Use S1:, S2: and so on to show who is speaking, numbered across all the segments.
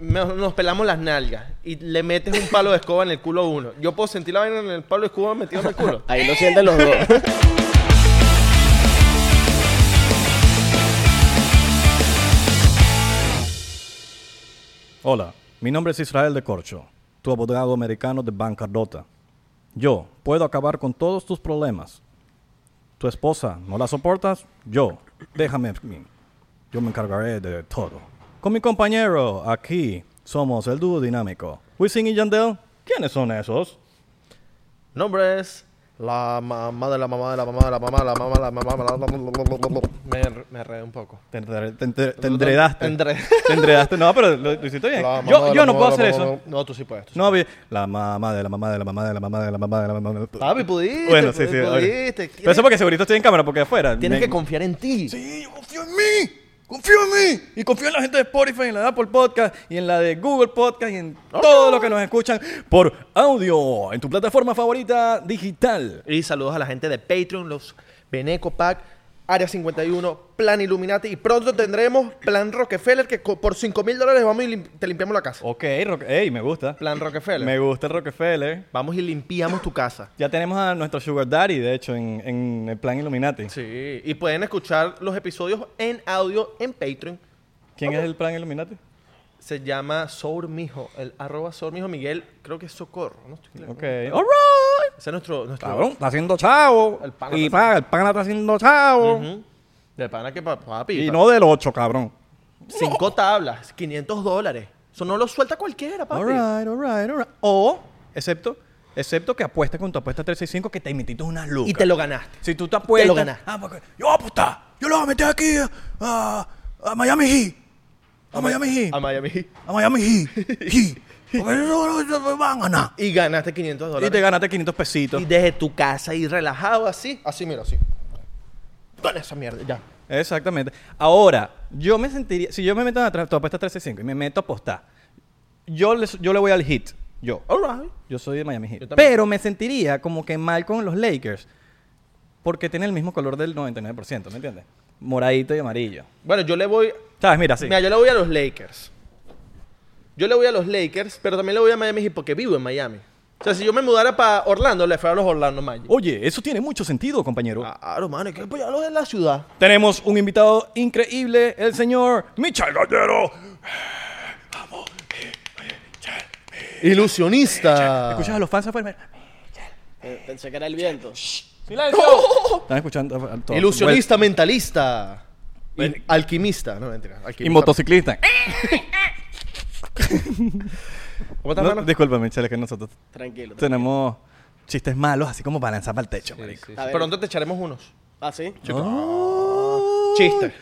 S1: me- nos pelamos las nalgas y le metes un palo de escoba en el culo a uno. Yo puedo sentir la vaina en el palo de escoba metido en el culo.
S2: Ahí lo sienten los dos.
S3: Hola, mi nombre es Israel de Corcho, tu abogado americano de bancarrota. Yo puedo acabar con todos tus problemas. Tu esposa, ¿no la soportas? Yo, déjame a mí. Yo me encargaré de todo. Con mi compañero, aquí, somos el dúo dinámico. Wisin y Yandel, ¿quiénes son esos?
S1: Nombre es la mamá de la mamá de la mamá de la mamá de la mamá de la mamá de la mamá. Me, me enredé un poco.
S3: Te, entre- te entre- te enredaste.
S1: Enredé.
S3: Te enredaste. No, pero lo, lo hiciste bien.
S1: La mamá de
S3: Yo,
S1: la
S3: yo no
S1: mamá
S3: puedo
S1: de la
S3: hacer
S1: mamá
S3: eso.
S1: de la- No, tú sí puedes. tú sí
S3: No, vi- la mamá de la mamá de la mamá de la mamá de la mamá de la mamá de la
S1: Papi, pudiste.
S3: Bueno, sí,
S1: pu-
S3: sí. ahora.
S1: Pudiste.
S3: Pero
S1: Tienes,
S3: eso porque segurito estoy en cámara, porque afuera.
S1: tienes
S3: me-
S1: que confiar en ti.
S3: Sí, yo confío en mí. Confío en mí. Y confío en la gente de Spotify, en la de Apple Podcast, y en la de Google Podcast, y en todo lo que nos escuchan por audio, en tu plataforma favorita digital.
S1: Y saludos a la gente de Patreon, los Beneco Pack, Área 51, Plan Illuminati. Y pronto tendremos Plan Rockefeller, que co- por 5 mil dólares vamos y lim- te limpiamos la casa.
S3: Ok, Rock- ey, me gusta.
S1: Plan Rockefeller.
S3: Me gusta el Rockefeller.
S1: Vamos y limpiamos tu casa.
S3: Ya tenemos a nuestro Sugar Daddy, de hecho, en, en el plan Illuminati.
S1: Sí. Y pueden escuchar los episodios en audio en Patreon.
S3: ¿Quién es el plan Illuminati?
S1: Se llama Sor Mijo, el arroba Sor Mijo Miguel, creo que es Socorro, no estoy claro.
S3: Ok. All right.
S1: Ese es nuestro, nuestro
S3: Cabrón, está haciendo chavo.
S1: El pana
S3: y
S1: está
S3: paga, el pana está haciendo chavo.
S1: Ujú. De pana que pa- papi.
S3: Y
S1: pa-
S3: no del 8, cabrón.
S1: Cinco tablas, 500 dólares. Eso no lo suelta cualquiera, papi.
S3: Alright, alright, alright. O, excepto, excepto que apuestas con tu apuesta 365 que te metiste unas lucas.
S1: Y te lo ganaste.
S3: Si tú te apuestas.
S1: te lo ganas.
S3: Ah, porque yo voy a apostar. Yo lo voy a meter aquí eh, a, a Miami Heat. A Miami Heat.
S1: A Miami Heat.
S3: A Miami Heat. Heat. Porque eso no- no van a ganar.
S1: Y ganaste 500
S3: Y te
S1: dólares.
S3: ganaste 500 pesitos.
S1: Y, desde tu casa y relajado así. Así, mira, así. Con esa mierda, ya.
S3: Exactamente. Ahora, yo me sentiría. Si yo me meto en la apuesta 365 y me meto a apostar, yo le, yo le voy al hit. Yo.
S1: Alright.
S3: Yo soy de Miami Heat.
S1: Yo también.
S3: Pero me sentiría como que mal con los Lakers. Porque tiene el mismo color del 99%, ¿me entiendes? Moradito y amarillo.
S1: Bueno, yo le voy.
S3: ¿Sabes? Mira, sí.
S1: Mira, yo le voy a los Lakers. Yo le voy a los Lakers, pero también le voy a Miami Heat porque vivo en Miami. O sea, si yo me mudara para Orlando, le fuera a los Orlando Magic.
S3: Oye, eso tiene mucho sentido, compañero.
S1: Claro, mano, hay que apoyarlos en la ciudad.
S3: Tenemos un invitado increíble, el señor Michel Gallero.
S1: Ilusionista.
S3: ¿Escuchas a los fans afuera?
S2: Eh, Pensé que era el viento.
S3: Están escuchando a- a todos.
S1: Oh. Ilusionista, mentalista. y alquimista. No, mentira.
S3: Bueno, Y
S1: Alquimista.
S3: motociclista.
S1: ¿Cómo estás,
S3: No,
S1: mano?
S3: disculpa, Michel, es que nosotros
S2: Tranquilo.
S3: tenemos chistes malos, así como para lanzar para el techo, marico.
S1: Sí, sí.
S2: A ver.
S1: Pronto te echaremos unos.
S2: ¿Ah, sí?
S1: Chiste.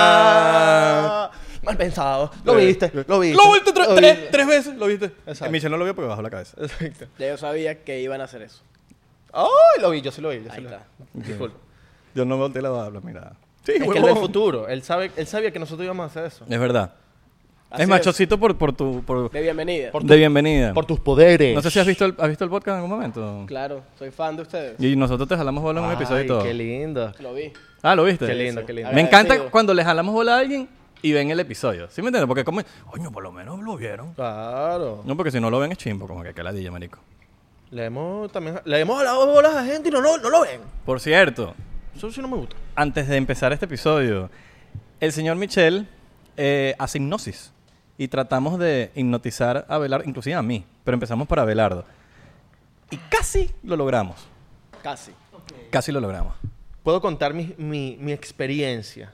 S3: Ah.
S1: Mal pensado. Lo viste, lo viste.
S3: Lo viste tres,
S1: lo
S3: tres-
S1: viste.
S3: tres veces, lo viste.
S1: Exacto.
S3: Michel no lo vio porque bajó la cabeza.
S1: Exacto.
S2: Ya yo sabía que iban a hacer eso.
S1: Ay, lo vi, yo sí lo vi. Yo sí
S2: Ahí
S1: lo vi.
S2: está.
S1: Disculpa.
S3: Yo no volteé la la mirada. Sí,
S1: Es que él ve el futuro. Él, sabe, él sabía que nosotros íbamos a hacer eso.
S3: Es verdad.
S2: Así
S3: es machocito por, por tu... Por,
S2: De bienvenida.
S3: de bienvenida.
S1: tus poderes.
S3: No sé si has visto el, has visto el podcast en algún momento.
S2: Claro, soy fan de ustedes.
S3: Y nosotros te jalamos bola en un episodio y todo.
S1: Qué lindo.
S2: Lo vi.
S3: Ah, ¿lo viste?
S1: Qué lindo, qué lindo.
S3: Me encanta
S2: Agradecido.
S3: cuando le jalamos bola a alguien y ven el episodio. ¿Sí me entiendes? Porque como... Coño, por lo menos lo vieron.
S1: Claro.
S3: No, porque si no lo ven es chimbo. Como que caladilla, marico.
S1: Le hemos también le hemos jalado bolas a gente y no, no, no lo ven.
S3: Por cierto,
S1: Eso sí no me gusta.
S3: antes de empezar este episodio, el señor Michel eh, hace hipnosis y tratamos de hipnotizar a Belardo, inclusive a mí, pero empezamos para Belardo. Y casi lo logramos,
S2: Casi.
S3: casi lo logramos.
S1: puedo contar mi, mi- mi experiencia.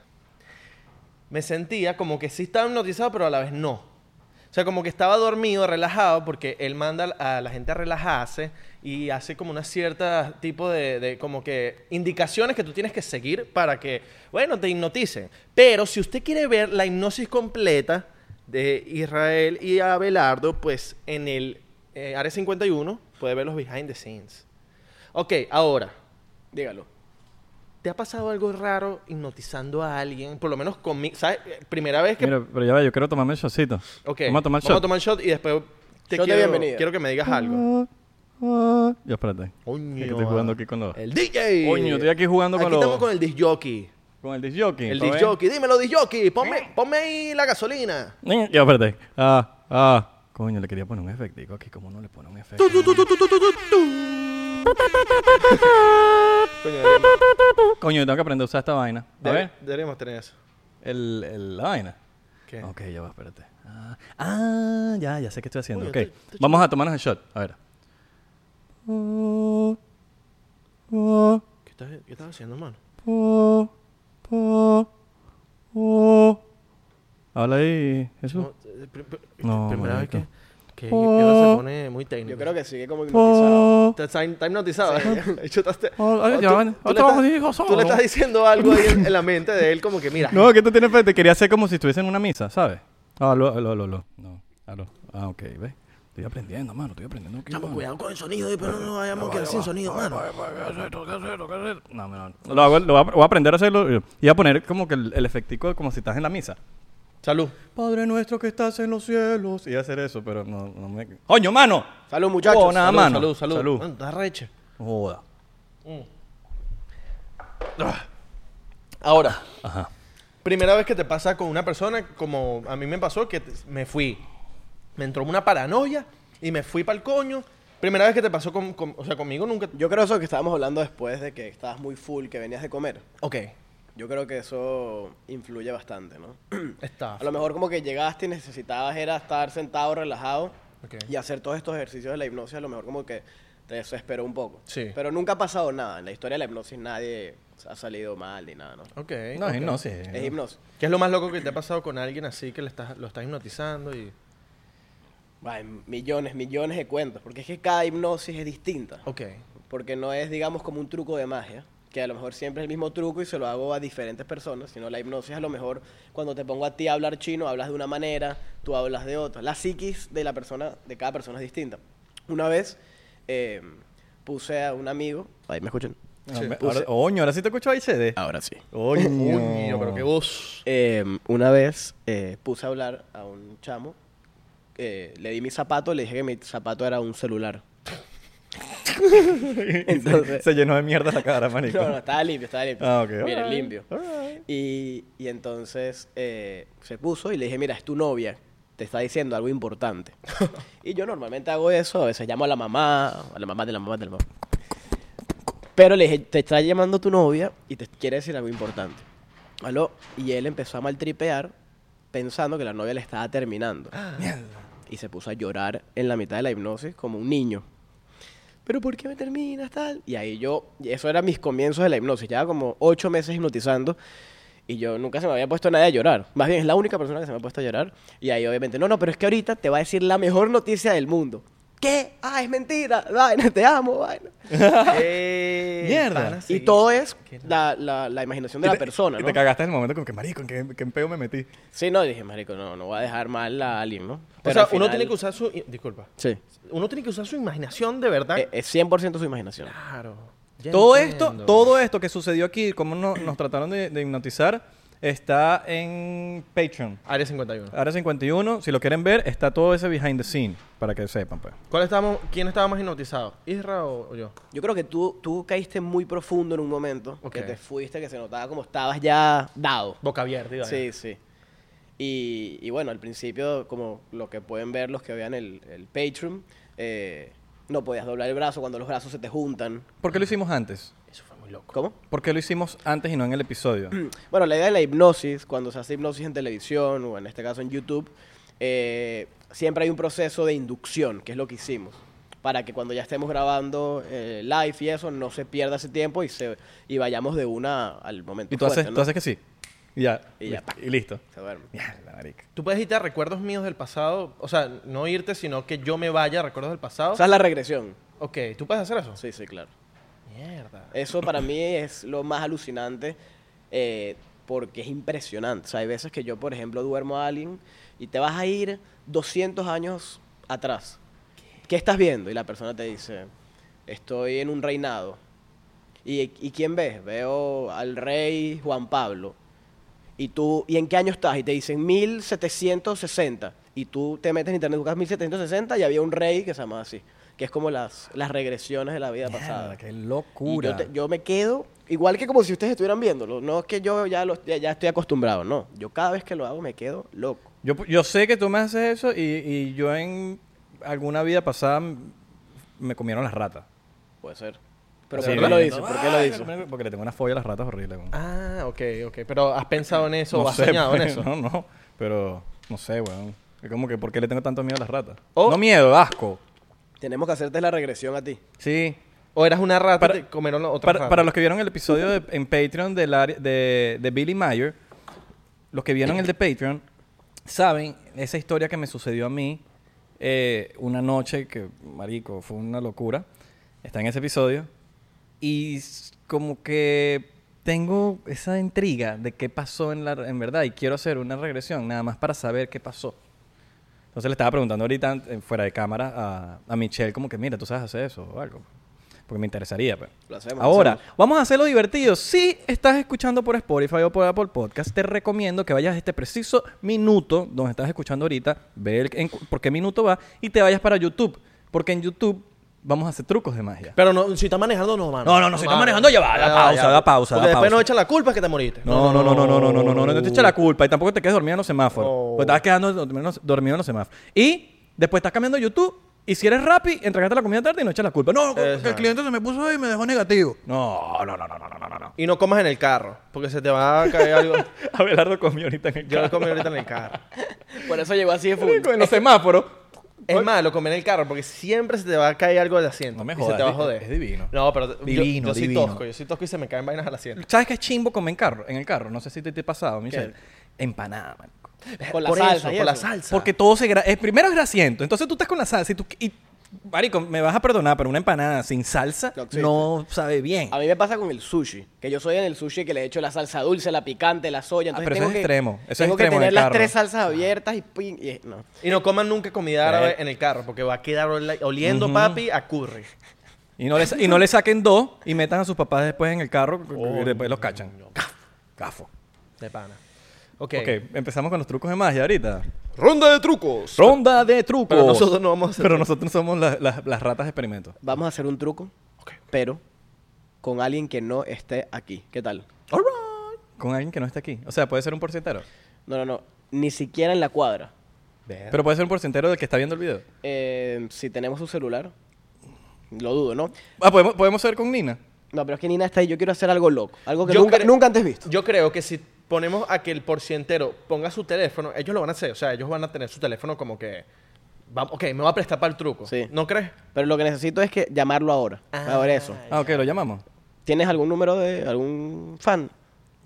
S1: Me sentía como que sí estaba hipnotizado, pero a la vez no. O sea, como que estaba dormido, relajado, porque él manda a la gente a relajarse y hace como una cierta tipo de, de como que indicaciones que tú tienes que seguir para que, bueno, te hipnoticen. Pero si usted quiere ver la hipnosis completa de Israel y Abelardo, pues en el eh, Área 51 puede ver los behind the scenes. Ok, ahora,
S2: Dígalo.
S1: ¿Te ha pasado algo raro hipnotizando a alguien? Por lo menos conmigo, ¿sabes? Eh, Primera vez que...
S3: Mira, pero ya va, yo quiero tomarme el shotcito.
S1: Ok,
S3: Vamos a tomar el
S1: Vamos a
S3: shot.
S1: tomar shot y después te
S2: Shot de
S1: quiero,
S2: bienvenida.
S1: quiero que me digas algo.
S3: Ah, ah. Ya, espérate.
S1: Coño,
S3: Es que estoy jugando
S1: ah.
S3: aquí con los...
S1: El DJ.
S3: Coño, estoy aquí jugando con
S1: Aquí
S3: los-
S1: estamos con el disc jockey.
S3: con el disc jockey.
S1: El
S3: ¿está
S1: disc
S3: bien?
S1: jockey, dímelo, disc jockey, ponme, ponme ahí la gasolina.
S3: Eh, Ya, espérate. Ah, ah. Coño, le quería poner un efectico aquí. ¿Cómo no le pone un efecto?
S1: Coño, deberíamos,
S3: Coño, tengo que aprender a usar esta vaina. A ver.
S1: deberíamos tener eso.
S3: El, el- la vaina.
S1: ¿Qué?
S3: Ok, ya va, espérate. Ah, ah, ya, ya sé qué estoy haciendo.
S1: Uy,
S3: ok.
S1: yo estoy- estoy
S3: Vamos a tomarnos el shot. A ver. Po, po,
S1: ¿Qué estás, qué estás haciendo, mano?
S3: po, po, po. Habla ahí, Jesús.
S1: No, eh, pri- pri-
S3: No,
S1: primera vez que,
S3: marico. Oh.
S1: que Guerra se pone muy técnico.
S2: Yo creo que sigue como hipnotizado.
S3: Po.
S1: Está, está está hipnotizado. El chota está-
S3: Oh, ay,
S1: o
S3: ya,
S1: tú-
S3: bueno.
S1: tú le
S3: Otro
S1: estás-
S3: hijo
S1: Tú
S3: solo.
S1: le estás diciendo algo ahí en, en la mente de él, como que mira.
S3: No, que esto tiene frente. Quería hacer como si estuviese en una misa, ¿sabes? Ah, aló, aló, aló, aló. No, aló. Ah, ok, ve. Estoy aprendiendo, mano. Estoy aprendiendo. aquí, mano.
S1: pues, Cuidado con el sonido, eh, pero no nos vayamos a quedar sin sonido, mano.
S3: No, no, no. Lo, hago- lo voy a- voy a aprender a hacerlo. eh, Y a poner como que el, el efectico de como si estás en la misa.
S1: Salud.
S3: Padre nuestro que estás en los cielos. Y hacer eso, pero no, no me... ¡Coño, mano!
S2: Salud, muchachos.
S3: Oh, nada. Ah,
S1: salud,
S3: mano.
S1: salud, salud,
S3: Salud.
S1: Mano, estás recha.
S3: Joda.
S1: Ahora,
S3: Ajá.
S1: primera vez que te pasa con una persona, como a mí me pasó, que te- me fui. Me entró una paranoia y me fui para el coño. Primera vez que te pasó con, con- O sea, conmigo nunca.
S2: Yo creo eso que estábamos hablando después de que estabas muy full, que venías de comer.
S1: Ok.
S2: Yo creo que eso influye bastante, ¿no?
S1: Está.
S2: A lo mejor como que llegaste y necesitabas era estar sentado, relajado
S1: Ok.
S2: y hacer todos estos ejercicios de la hipnosis, a lo mejor como que te desesperó un poco.
S1: Sí.
S2: Pero nunca ha pasado nada. En la historia de la hipnosis nadie ha salido mal ni nada, ¿no?
S1: Ok.
S3: No,
S1: ok.
S3: es no, sí.
S2: Es hipnosis.
S1: ¿Qué es lo más loco que te ha pasado con alguien así que le estás, lo estás hipnotizando y.
S2: Bah, en millones, millones de cuentos. Porque es que cada hipnosis es distinta.
S1: Ok.
S2: Porque no es, digamos, como un truco de magia, que a lo mejor siempre es el mismo truco y se lo hago a diferentes personas, sino la hipnosis a lo mejor cuando te pongo a ti a hablar chino, hablas de una manera, tú hablas de otra. La psiquis de la persona, de cada persona es distinta. Una vez eh, puse a un amigo, ahí me escuchan.
S3: Ah, me- ahora, oño, ahora sí te escucho ahí, CD.
S2: Ahora sí.
S3: Oño.
S1: Uy, yo, pero qué voz.
S2: Eh, una vez eh, puse a hablar a un chamo, eh, le di mi zapato, le dije que mi zapato era un celular. Entonces,
S3: Se llenó de mierda la cara, manico.
S2: No, no, estaba limpio, estaba limpio.
S3: Ah, ok.
S2: Bien,
S3: Alright,
S2: limpio.
S3: alright.
S2: Y, y entonces eh, se puso y le dije, mira, es tu novia, te está diciendo algo importante. y yo normalmente hago eso, a veces llamo a la mamá, a la mamá de la mamá de la mamá. Pero le dije, te está llamando tu novia y te quiere decir algo importante. Aló, y él empezó a maltripear pensando que la novia le estaba terminando. Y se puso a llorar en la mitad de la hipnosis como un niño. ¿Pero por qué me terminas tal? Y ahí yo, y eso eran mis comienzos de la hipnosis. Llevaba como ocho meses hipnotizando y yo nunca se me había puesto nadie a llorar. Más bien es la única persona que se me ha puesto a llorar. Y ahí obviamente, no, no, pero es que ahorita te va a decir la mejor noticia del mundo. ¿Qué? Ah, es mentira. Vaina, te amo, vaina.
S1: Eh,
S3: Mierda.
S1: pana,
S2: Y
S1: sí.
S2: todo es
S1: Qué loco.
S2: la, la- la imaginación de
S3: Y
S2: la
S3: te-
S2: persona,
S3: Y
S2: ¿no?
S3: te cagaste en el momento como que, marico, ¿en qué, en qué peo me metí?
S2: Sí, no, dije, marico, no, no voy a dejar mal a alguien, ¿no?
S1: O sea, uno tiene que usar su. Disculpa.
S2: Sí.
S1: Uno tiene que usar su imaginación de verdad.
S2: Eh, Es 100% su imaginación.
S1: Claro. Ya
S3: Todo
S1: entiendo.
S3: esto, todo esto que sucedió aquí, como no- nos trataron de, de hipnotizar, está en Patreon.
S1: Área 51.
S3: Área 51, si lo quieren ver, está todo ese behind the scene, para que sepan, pues.
S1: ¿Cuál estábamos, ¿Quién estaba más hipnotizado? ¿Isra o, o yo?
S2: Yo creo que tú, tú caíste muy profundo en un momento,
S1: Ok.
S2: que te fuiste, que se notaba como estabas ya dado.
S1: Boca abierta. y vaina.
S2: Sí, sí. Y, y bueno, al principio, como lo que pueden ver los que vean el, el Patreon, eh, no podías doblar el brazo cuando los brazos se te juntan.
S3: ¿Por qué lo hicimos antes?
S1: Eso fue muy loco.
S2: ¿Cómo?
S3: ¿Por qué lo hicimos antes y no en el episodio?
S2: Bueno, la idea de la hipnosis, cuando se hace hipnosis en televisión o en este caso en YouTube, eh, siempre hay un proceso de inducción, que es lo que hicimos, para que cuando ya estemos grabando eh, live y eso, no se pierda ese tiempo y, se, y vayamos de una al momento.
S3: Y tú haces,
S2: fuerte, ¿no?
S3: tú haces que sí. Y ya.
S2: Y ya,
S3: listo.
S2: pa.
S3: Y listo.
S2: Se duerme.
S3: Mierda, marica.
S1: Tú puedes irte a recuerdos míos del pasado. O sea, no irte, sino que yo me vaya a recuerdos del pasado.
S2: O sea, es la regresión.
S1: ok, ¿tú puedes hacer eso?
S2: Sí, sí, claro.
S1: Mierda.
S2: Eso para mí es lo más alucinante eh, porque es impresionante. O sea, hay veces que yo, por ejemplo, duermo a alguien y te vas a ir 200 años atrás. ¿Qué estás viendo? Y la persona te dice, estoy en un reinado. ¿Y, y quién ves? Veo al rey Juan Pablo. Y tú, ¿y en qué año estás? Y te dicen 1760. Y tú te metes en internet, buscas 1760 y había un rey que se llamaba así. que es como las, las regresiones de la vida pasada.
S3: qué
S2: Y
S3: locura.
S2: Yo, te- yo me quedo igual que como si ustedes estuvieran viéndolo. No es que yo ya, lo- ya, ya estoy acostumbrado, no. Yo cada vez que lo hago me quedo loco.
S3: Yo, yo sé que tú me haces eso y, y yo en alguna vida pasada m- me comieron las ratas.
S2: Puede ser. Pero
S3: Así
S2: ¿por qué
S3: bien.
S2: lo dices? ¿Por qué lo
S3: Ay,
S2: dices?
S3: Porque le tengo una fobia a las ratas horrible. güey.
S1: Ah, ok, ok. Pero has pensado en eso,
S3: No
S1: o has
S3: sé,
S1: soñado en
S3: pues,
S1: eso.
S3: No, no. Pero no sé, weón. Es como que, ¿por qué le tengo tanto miedo a las ratas?
S1: O-
S3: No miedo, asco.
S2: Tenemos que hacerte la regresión a ti.
S3: Sí.
S1: O eras una rata
S3: Para-
S1: y te comieron la otra
S3: Para,
S1: rata.
S3: para los que vieron el episodio de- en Patreon del área- de, de Billy Mayer, los que vieron el de Patreon, saben esa historia que me sucedió a mí eh, una noche que, marico, fue una locura. Está en ese episodio. Y s- como que tengo esa intriga de qué pasó en, la, en verdad y quiero hacer una regresión nada más para saber qué pasó. Entonces le estaba preguntando ahorita an- eh, fuera de cámara a, a Michelle como que, mira, tú sabes hacer eso o algo. Porque me interesaría. Pues.
S2: Lo hacemos,
S3: Ahora,
S2: lo hacemos.
S3: vamos a hacerlo divertido. Si estás escuchando por Spotify o por Apple Podcast, te recomiendo que vayas a este preciso minuto donde estás escuchando ahorita, ve el- en cu- por qué minuto va y te vayas para YouTube. Porque en YouTube vamos a hacer trucos de magia.
S1: Pero no, si estás manejando, no, mano.
S3: No, no, no, si estás
S1: mano.
S3: manejando, ya va, da pausa, da pausa,
S1: Porque
S3: da
S1: después
S3: pausa.
S1: no echan la culpa que te moriste.
S3: No, no, no, no, no, no, no, no, no, no te eches la culpa y tampoco te quedes dormido en los semáforos.
S1: Oh.
S3: Porque te vas quedando dormido en los- dormido en los semáforos. Y después estás cambiando YouTube y si eres Rappi, entregaste la comida tarde y no eches la culpa. No, que el
S1: Exacto.
S3: cliente se me puso y me dejó negativo. No, no, no, no, no, no, no, no.
S1: Y no comas en el carro, porque se te va a caer algo.
S3: Abelardo comió ahorita en el
S1: Yo lo
S3: carro.
S1: comí ahorita en el carro.
S2: Por eso llegó así de full.
S3: Marico, en los semáforos. Eh,
S1: Es más, lo comí en el carro, porque siempre se te va a caer algo del asiento.
S3: No me
S1: Y
S3: jodas,
S1: se te va a
S3: es-
S1: joder.
S3: es divino.
S1: No, pero yo-
S3: Divino,
S1: yo, soy
S3: divino.
S1: tosco, yo soy tosco y se me caen vainas al asiento.
S3: ¿Sabes qué es chimbo comer en carro? En el carro, no sé si te, te ha pasado, Michelle. Empanada, marico.
S2: Con la
S1: Por
S2: salsa.
S1: eso,
S2: y
S1: con la
S2: eso.
S1: salsa.
S3: Porque todo se gra- eh, primero es grasiento, entonces tú estás con la salsa y tú y marico, me vas a perdonar, pero una empanada sin salsa
S2: No existe.
S3: no, sabe bien.
S2: A mí me pasa con el sushi, que yo soy en el sushi que le echo la salsa dulce, la picante, la soya.
S3: Ah,
S2: Entonces
S3: pero eso
S2: tengo
S3: es
S2: que,
S3: extremo, eso es
S2: tengo que
S3: extremo
S2: tener
S3: en el
S2: las
S3: carro.
S2: tres salsas abiertas y ping. y- no.
S1: Y no coman nunca comida árabe
S3: Eh.
S1: en el carro, porque va a quedar oli- oliendo,
S3: Ujú.
S1: papi, a curry.
S3: Y no, le, sa- y no le saquen dos y metan a sus papás después en el carro
S1: Oh,
S3: y después los cachan. Gaf- Gafo.
S1: De pana. Ok.
S3: ok, empezamos con los trucos de magia ahorita.
S1: Ronda de trucos.
S3: Ronda de trucos.
S1: Pero nosotros no vamos a hacer
S3: Pero nosotros somos la- la- las ratas de experimento.
S2: Vamos a hacer un truco,
S1: Ok.
S2: pero con alguien que no esté aquí. ¿Qué tal?
S1: All right. Eh.
S3: Con alguien que no está aquí. O sea, puede ser un porcentero.
S2: No, no, no. Ni siquiera en la cuadra.
S3: Pero puede ser un porcentero del que está viendo el video.
S2: Eh, si tenemos un celular, lo dudo, ¿no?
S3: Ah, podemos, podemos ser con Nina.
S2: No, pero es que Nina está ahí. Yo quiero hacer algo loco. Algo que
S1: Yo
S2: nunca,
S1: cre-
S2: nunca antes visto.
S1: Yo creo que si ponemos a que el porcientero ponga su teléfono, ellos lo van a hacer. O sea, ellos van a tener su teléfono como que. va- ok, me va a prestar para el truco.
S2: Sí.
S1: ¿No crees?
S2: Pero lo que necesito es que llamarlo ahora.
S1: Ah.
S2: ahora eso.
S3: Ah, ok, lo llamamos.
S2: ¿Tienes algún número de algún fan?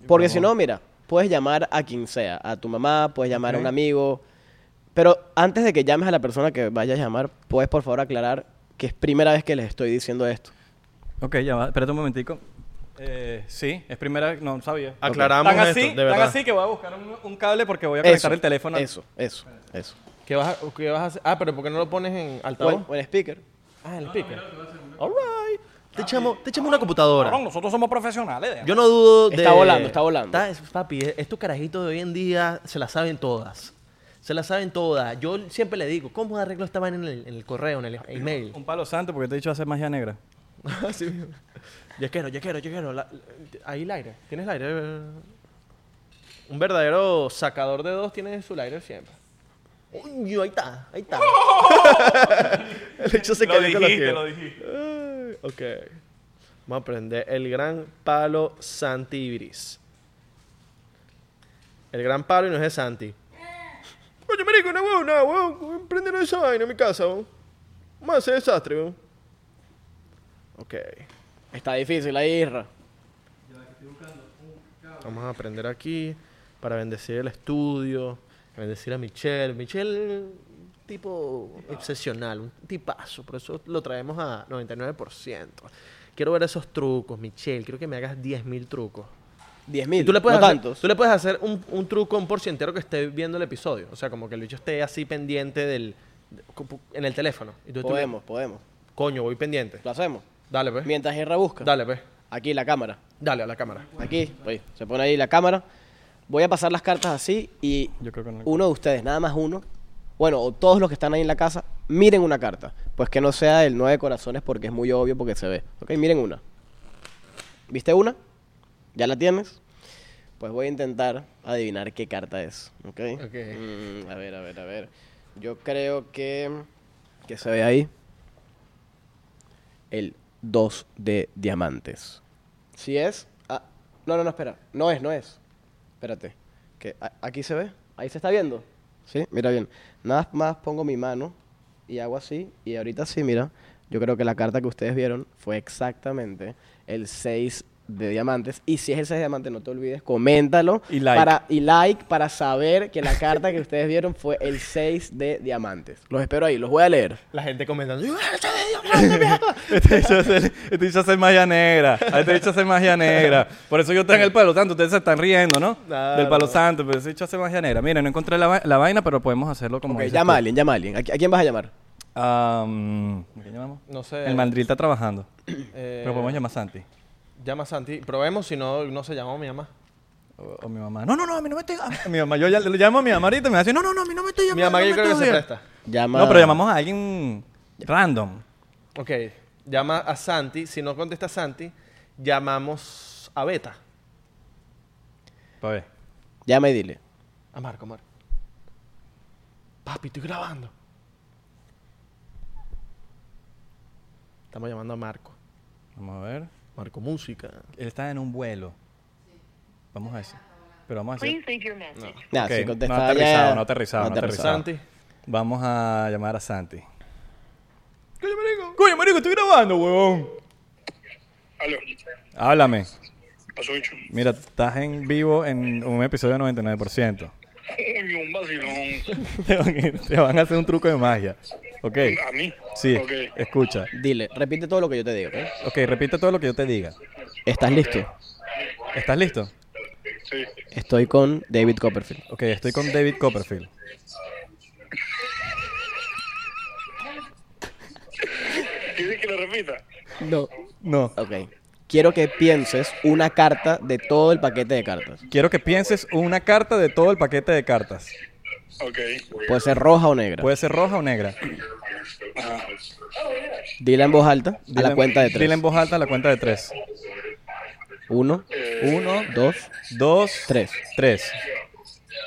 S2: Porque si no, mira, puedes llamar a quien sea. A tu mamá, puedes llamar a
S3: Ok.
S2: un amigo. Pero antes de que llames a la persona que vayas a llamar, puedes por favor aclarar que es primera vez que les estoy diciendo esto.
S3: Ok, ya va. Espérate un momentico. Eh, sí, es primera... No, sabía.
S1: Aclaramos
S3: tan
S1: esto,
S3: así,
S1: de
S3: tan
S1: verdad.
S3: así que voy a buscar un, un cable porque voy a conectar
S2: Eso,
S3: el teléfono.
S2: Eso, eso, eso.
S1: ¿Qué vas, a, qué vas a hacer? Ah, pero ¿por qué no lo pones en
S2: O
S1: altavoz?
S2: en, o en speaker.
S1: ah, en el speaker. All right. Te echamos, te echamos una computadora.
S3: Cabrón, nosotros somos profesionales.
S1: Yo no dudo de...
S2: Está volando, está volando.
S1: Está- es- papi, eh, estos carajitos de hoy en día se la saben todas. Se la saben todas. Yo siempre le digo, ¿cómo arreglo esta vaina en el, en el correo, en el email?
S3: Un palo santo porque te he dicho hacer magia negra.
S1: Así mismo. Yesquero, yesquero, yesquero. la- la- ahí el aire. ¿Tienes el aire? Un verdadero sacador de dos tiene su aire siempre. Uy, ahí está, ahí está. el hecho se cayó con la tierra.
S3: dijiste.
S1: Ay, Ok. Vamos a aprender el gran palo Santi Ibris. El gran palo y no es de Santi. Oye, marico, una huevo, nada, huevo. Prendieron esa vaina en mi casa, huevo. Más ese desastre, huevo. Ok.
S2: Está difícil ahí, Irra.
S1: Vamos a aprender aquí para bendecir el estudio, bendecir a Michelle. Michelle, tipo excepcional, un tipazo, por eso lo traemos a 99%. Quiero ver esos trucos, Michelle, quiero que me hagas 10.000 trucos.
S2: 10
S1: Y
S2: mil.
S1: tú le puedes
S2: no
S1: hacer,
S2: tantos.
S1: tú le puedes hacer un, un truco a un porcientero que esté viendo el episodio, o sea, como que el bicho esté así pendiente del de- en el teléfono. Y tú- tú le-
S2: Podemos, podemos.
S1: coño, voy pendiente.
S2: Lo hacemos.
S1: Dale, pues.
S2: Mientras Irra busca.
S1: Dale, pues.
S2: Aquí la cámara.
S1: Dale a la cámara.
S2: Aquí, pues, se pone ahí la cámara. Voy a pasar las cartas así y
S3: Yo creo que no.
S2: uno de ustedes, nada más uno, bueno, o todos los que están ahí en la casa, miren una carta. Pues que no sea el nueve de corazones porque es muy obvio porque se ve. Ok, miren una. ¿Viste una? ¿Ya la tienes? Pues voy a intentar adivinar qué carta es. Ok.
S1: Ok.
S2: Mm, a ver, a ver, a ver. Yo creo que. que se ve ahí? El 2 de diamantes. Si es. ah, no, no, no, espera. No es, no es. Espérate. Que a- aquí se ve. Ahí se está viendo. Sí, mira bien. Nada más pongo mi mano y hago así. Y ahorita sí, mira. Yo creo que la carta que ustedes vieron fue exactamente el 6 de diamantes. Y si es el 6 de diamantes, no te olvides, coméntalo.
S3: Y like.
S2: Para, y like para saber que la carta que ustedes vieron fue el 6 de diamantes. Los espero ahí, los voy a leer.
S1: La gente comentando.
S3: Este dicho hace, este bicho hace magia negra. Este dicho hace magia negra. Por eso yo estoy en el palo santo. Ustedes se están riendo, ¿no?
S1: Claro.
S3: Del palo santo. Pero ese dicho hace magia negra. Miren, no encontré la, va- la vaina, pero podemos hacerlo como.
S2: Ok,
S3: dices
S2: llama a
S3: tú.
S2: alguien, llama a alguien. ¿A, qui- a quién vas a llamar?
S3: Ah, mm, ¿a quién llamamos?
S1: No sé.
S3: El mandril está trabajando.
S1: eh,
S3: Pero podemos llamar a Santi.
S1: Llama a Santi. Probemos si no, no se llamó mi mamá.
S3: O, o mi mamá. No, no, no, a mí no me estoy. a- Mi mamá, yo ya le le llamo a mi mamá ahorita y me dice, no, no, no, a mí no me estoy
S1: Mi
S3: llamando.
S1: mamá
S3: no
S1: yo
S3: me
S1: creo que
S3: estoy
S1: se
S3: jodiendo".
S1: presta. Ah.
S2: Llama...
S3: No, pero llamamos a alguien random.
S1: Ok. Llama a Santi. Si no contesta Santi, llamamos a Beta.
S3: Para Pues, ver.
S2: Llama y dile.
S1: A Marco, Marco. Papi, estoy grabando. Estamos llamando a Marco.
S3: Vamos a ver.
S1: Marco Música.
S3: Él está en un vuelo. Vamos a eso. Pero vamos a hacer.
S4: Please leave your message.
S2: Nah,
S3: Ok,
S2: si contesta
S3: no aterrizado,
S2: ya-
S3: no aterrizado, no
S2: Ah.
S3: aterrizado.
S1: Santi.
S3: Vamos a llamar a Santi.
S1: Coño, marico.
S3: Coño, marico, estoy grabando, huevón.
S5: Aló,
S3: Háblame.
S5: pasó bicho.
S3: Mira, estás en vivo en un episodio del 99%.
S5: Coño, un vacilón.
S3: Te van, te van a hacer un truco de magia. Ok.
S5: A mí.
S3: Sí,
S5: Ok.
S3: escucha.
S2: Dile, repite todo lo que yo te digo, ¿ok?
S3: Ok, repite todo lo que yo te diga.
S2: ¿Estás listo?
S3: ¿Estás listo?
S5: Sí.
S2: Estoy con David Copperfield.
S3: Ok, estoy con David Copperfield.
S5: ¿Quieres que lo repita?
S2: No.
S3: No.
S2: Ok. Quiero que pienses una carta de todo el paquete de cartas.
S3: Quiero que pienses una carta de todo el paquete de cartas.
S5: Ok.
S2: Puede ser roja o negra.
S3: Puede ser roja o negra.
S5: Ajá.
S2: Dila en voz alta a
S3: Dile
S2: la
S3: en-
S2: cuenta de
S3: Dile
S2: tres.
S3: en voz alta a la cuenta de tres.
S2: Uno,
S3: Uno,
S2: dos,
S3: dos,
S2: tres.
S3: tres.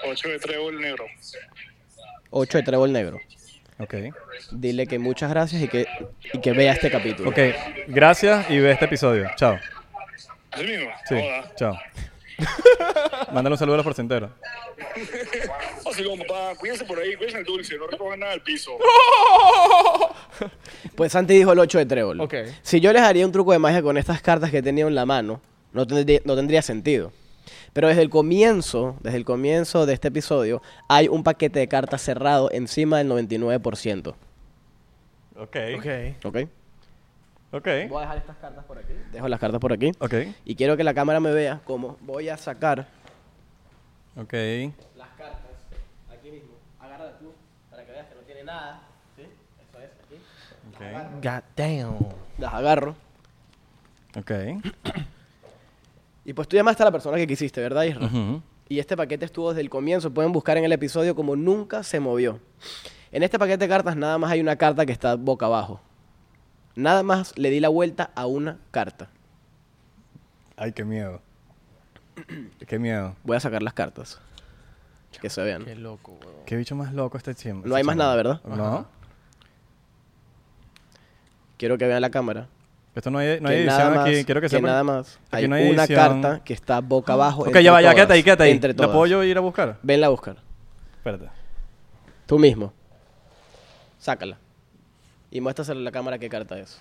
S5: Ocho de trébol negro.
S2: Ocho de trébol negro.
S3: Ok.
S2: Dile que muchas gracias y que, y que vea este capítulo.
S3: Ok, gracias y ve este episodio. Chao.
S5: Así mismo.
S3: Sí,
S5: Joda.
S3: chao. Mándale un saludo a los porcenteros.
S5: Así como papá, cuídense por ahí, cuídense el dulce, no recojan nada del piso.
S2: Pues Santi dijo el 8 de trébol.
S1: Ok.
S2: Si yo les haría un truco de magia con estas cartas que he tenido en la mano, no tendría, no tendría sentido. Pero desde el comienzo, desde el comienzo de este episodio, hay un paquete de cartas cerrado encima del 99%.
S3: Ok.
S1: Ok.
S2: ¿Ok?
S3: Ok.
S2: Voy a dejar estas cartas por aquí. Dejo las cartas por aquí.
S3: Ok.
S2: Y quiero que la cámara me vea cómo voy a sacar
S3: Ok.
S2: las cartas aquí mismo. Agárrala tú para que veas que no tiene nada. ¿Sí? Eso es aquí.
S3: Ok.
S1: God damn.
S2: Las agarro.
S3: Ok.
S2: Y pues tú llamaste a la persona que quisiste, ¿verdad, Isra?
S3: Ujú.
S2: Y este paquete estuvo desde el comienzo. Pueden buscar en el episodio como nunca se movió. En este paquete de cartas nada más hay una carta que está boca abajo. Nada más le di la vuelta a una carta.
S3: Ay, qué miedo. Qué miedo.
S2: Voy a sacar las cartas. Que se vean.
S1: Qué loco, weón.
S3: Qué bicho más loco este tiempo.
S2: No hay más nada, ¿verdad?
S3: No.
S2: Quiero que vean la cámara.
S3: Esto no hay, no hay
S2: que
S3: edición
S2: nada
S3: aquí.
S2: más-
S3: Quiero que,
S2: que
S3: sepan.
S2: nada más.
S3: aquí
S2: Hay,
S3: no hay
S2: una
S3: edición. Ah.
S2: carta que está boca abajo.
S3: Ok,
S2: entre
S3: ya va, ya,
S2: todas.
S3: quédate ahí, quédate ahí.
S2: Entre
S3: ¿La
S2: todas.
S3: puedo yo ir a buscar?
S2: Venla a buscar.
S3: Espérate.
S2: Tú mismo. Sácala. Y muéstrasela a la cámara qué carta es.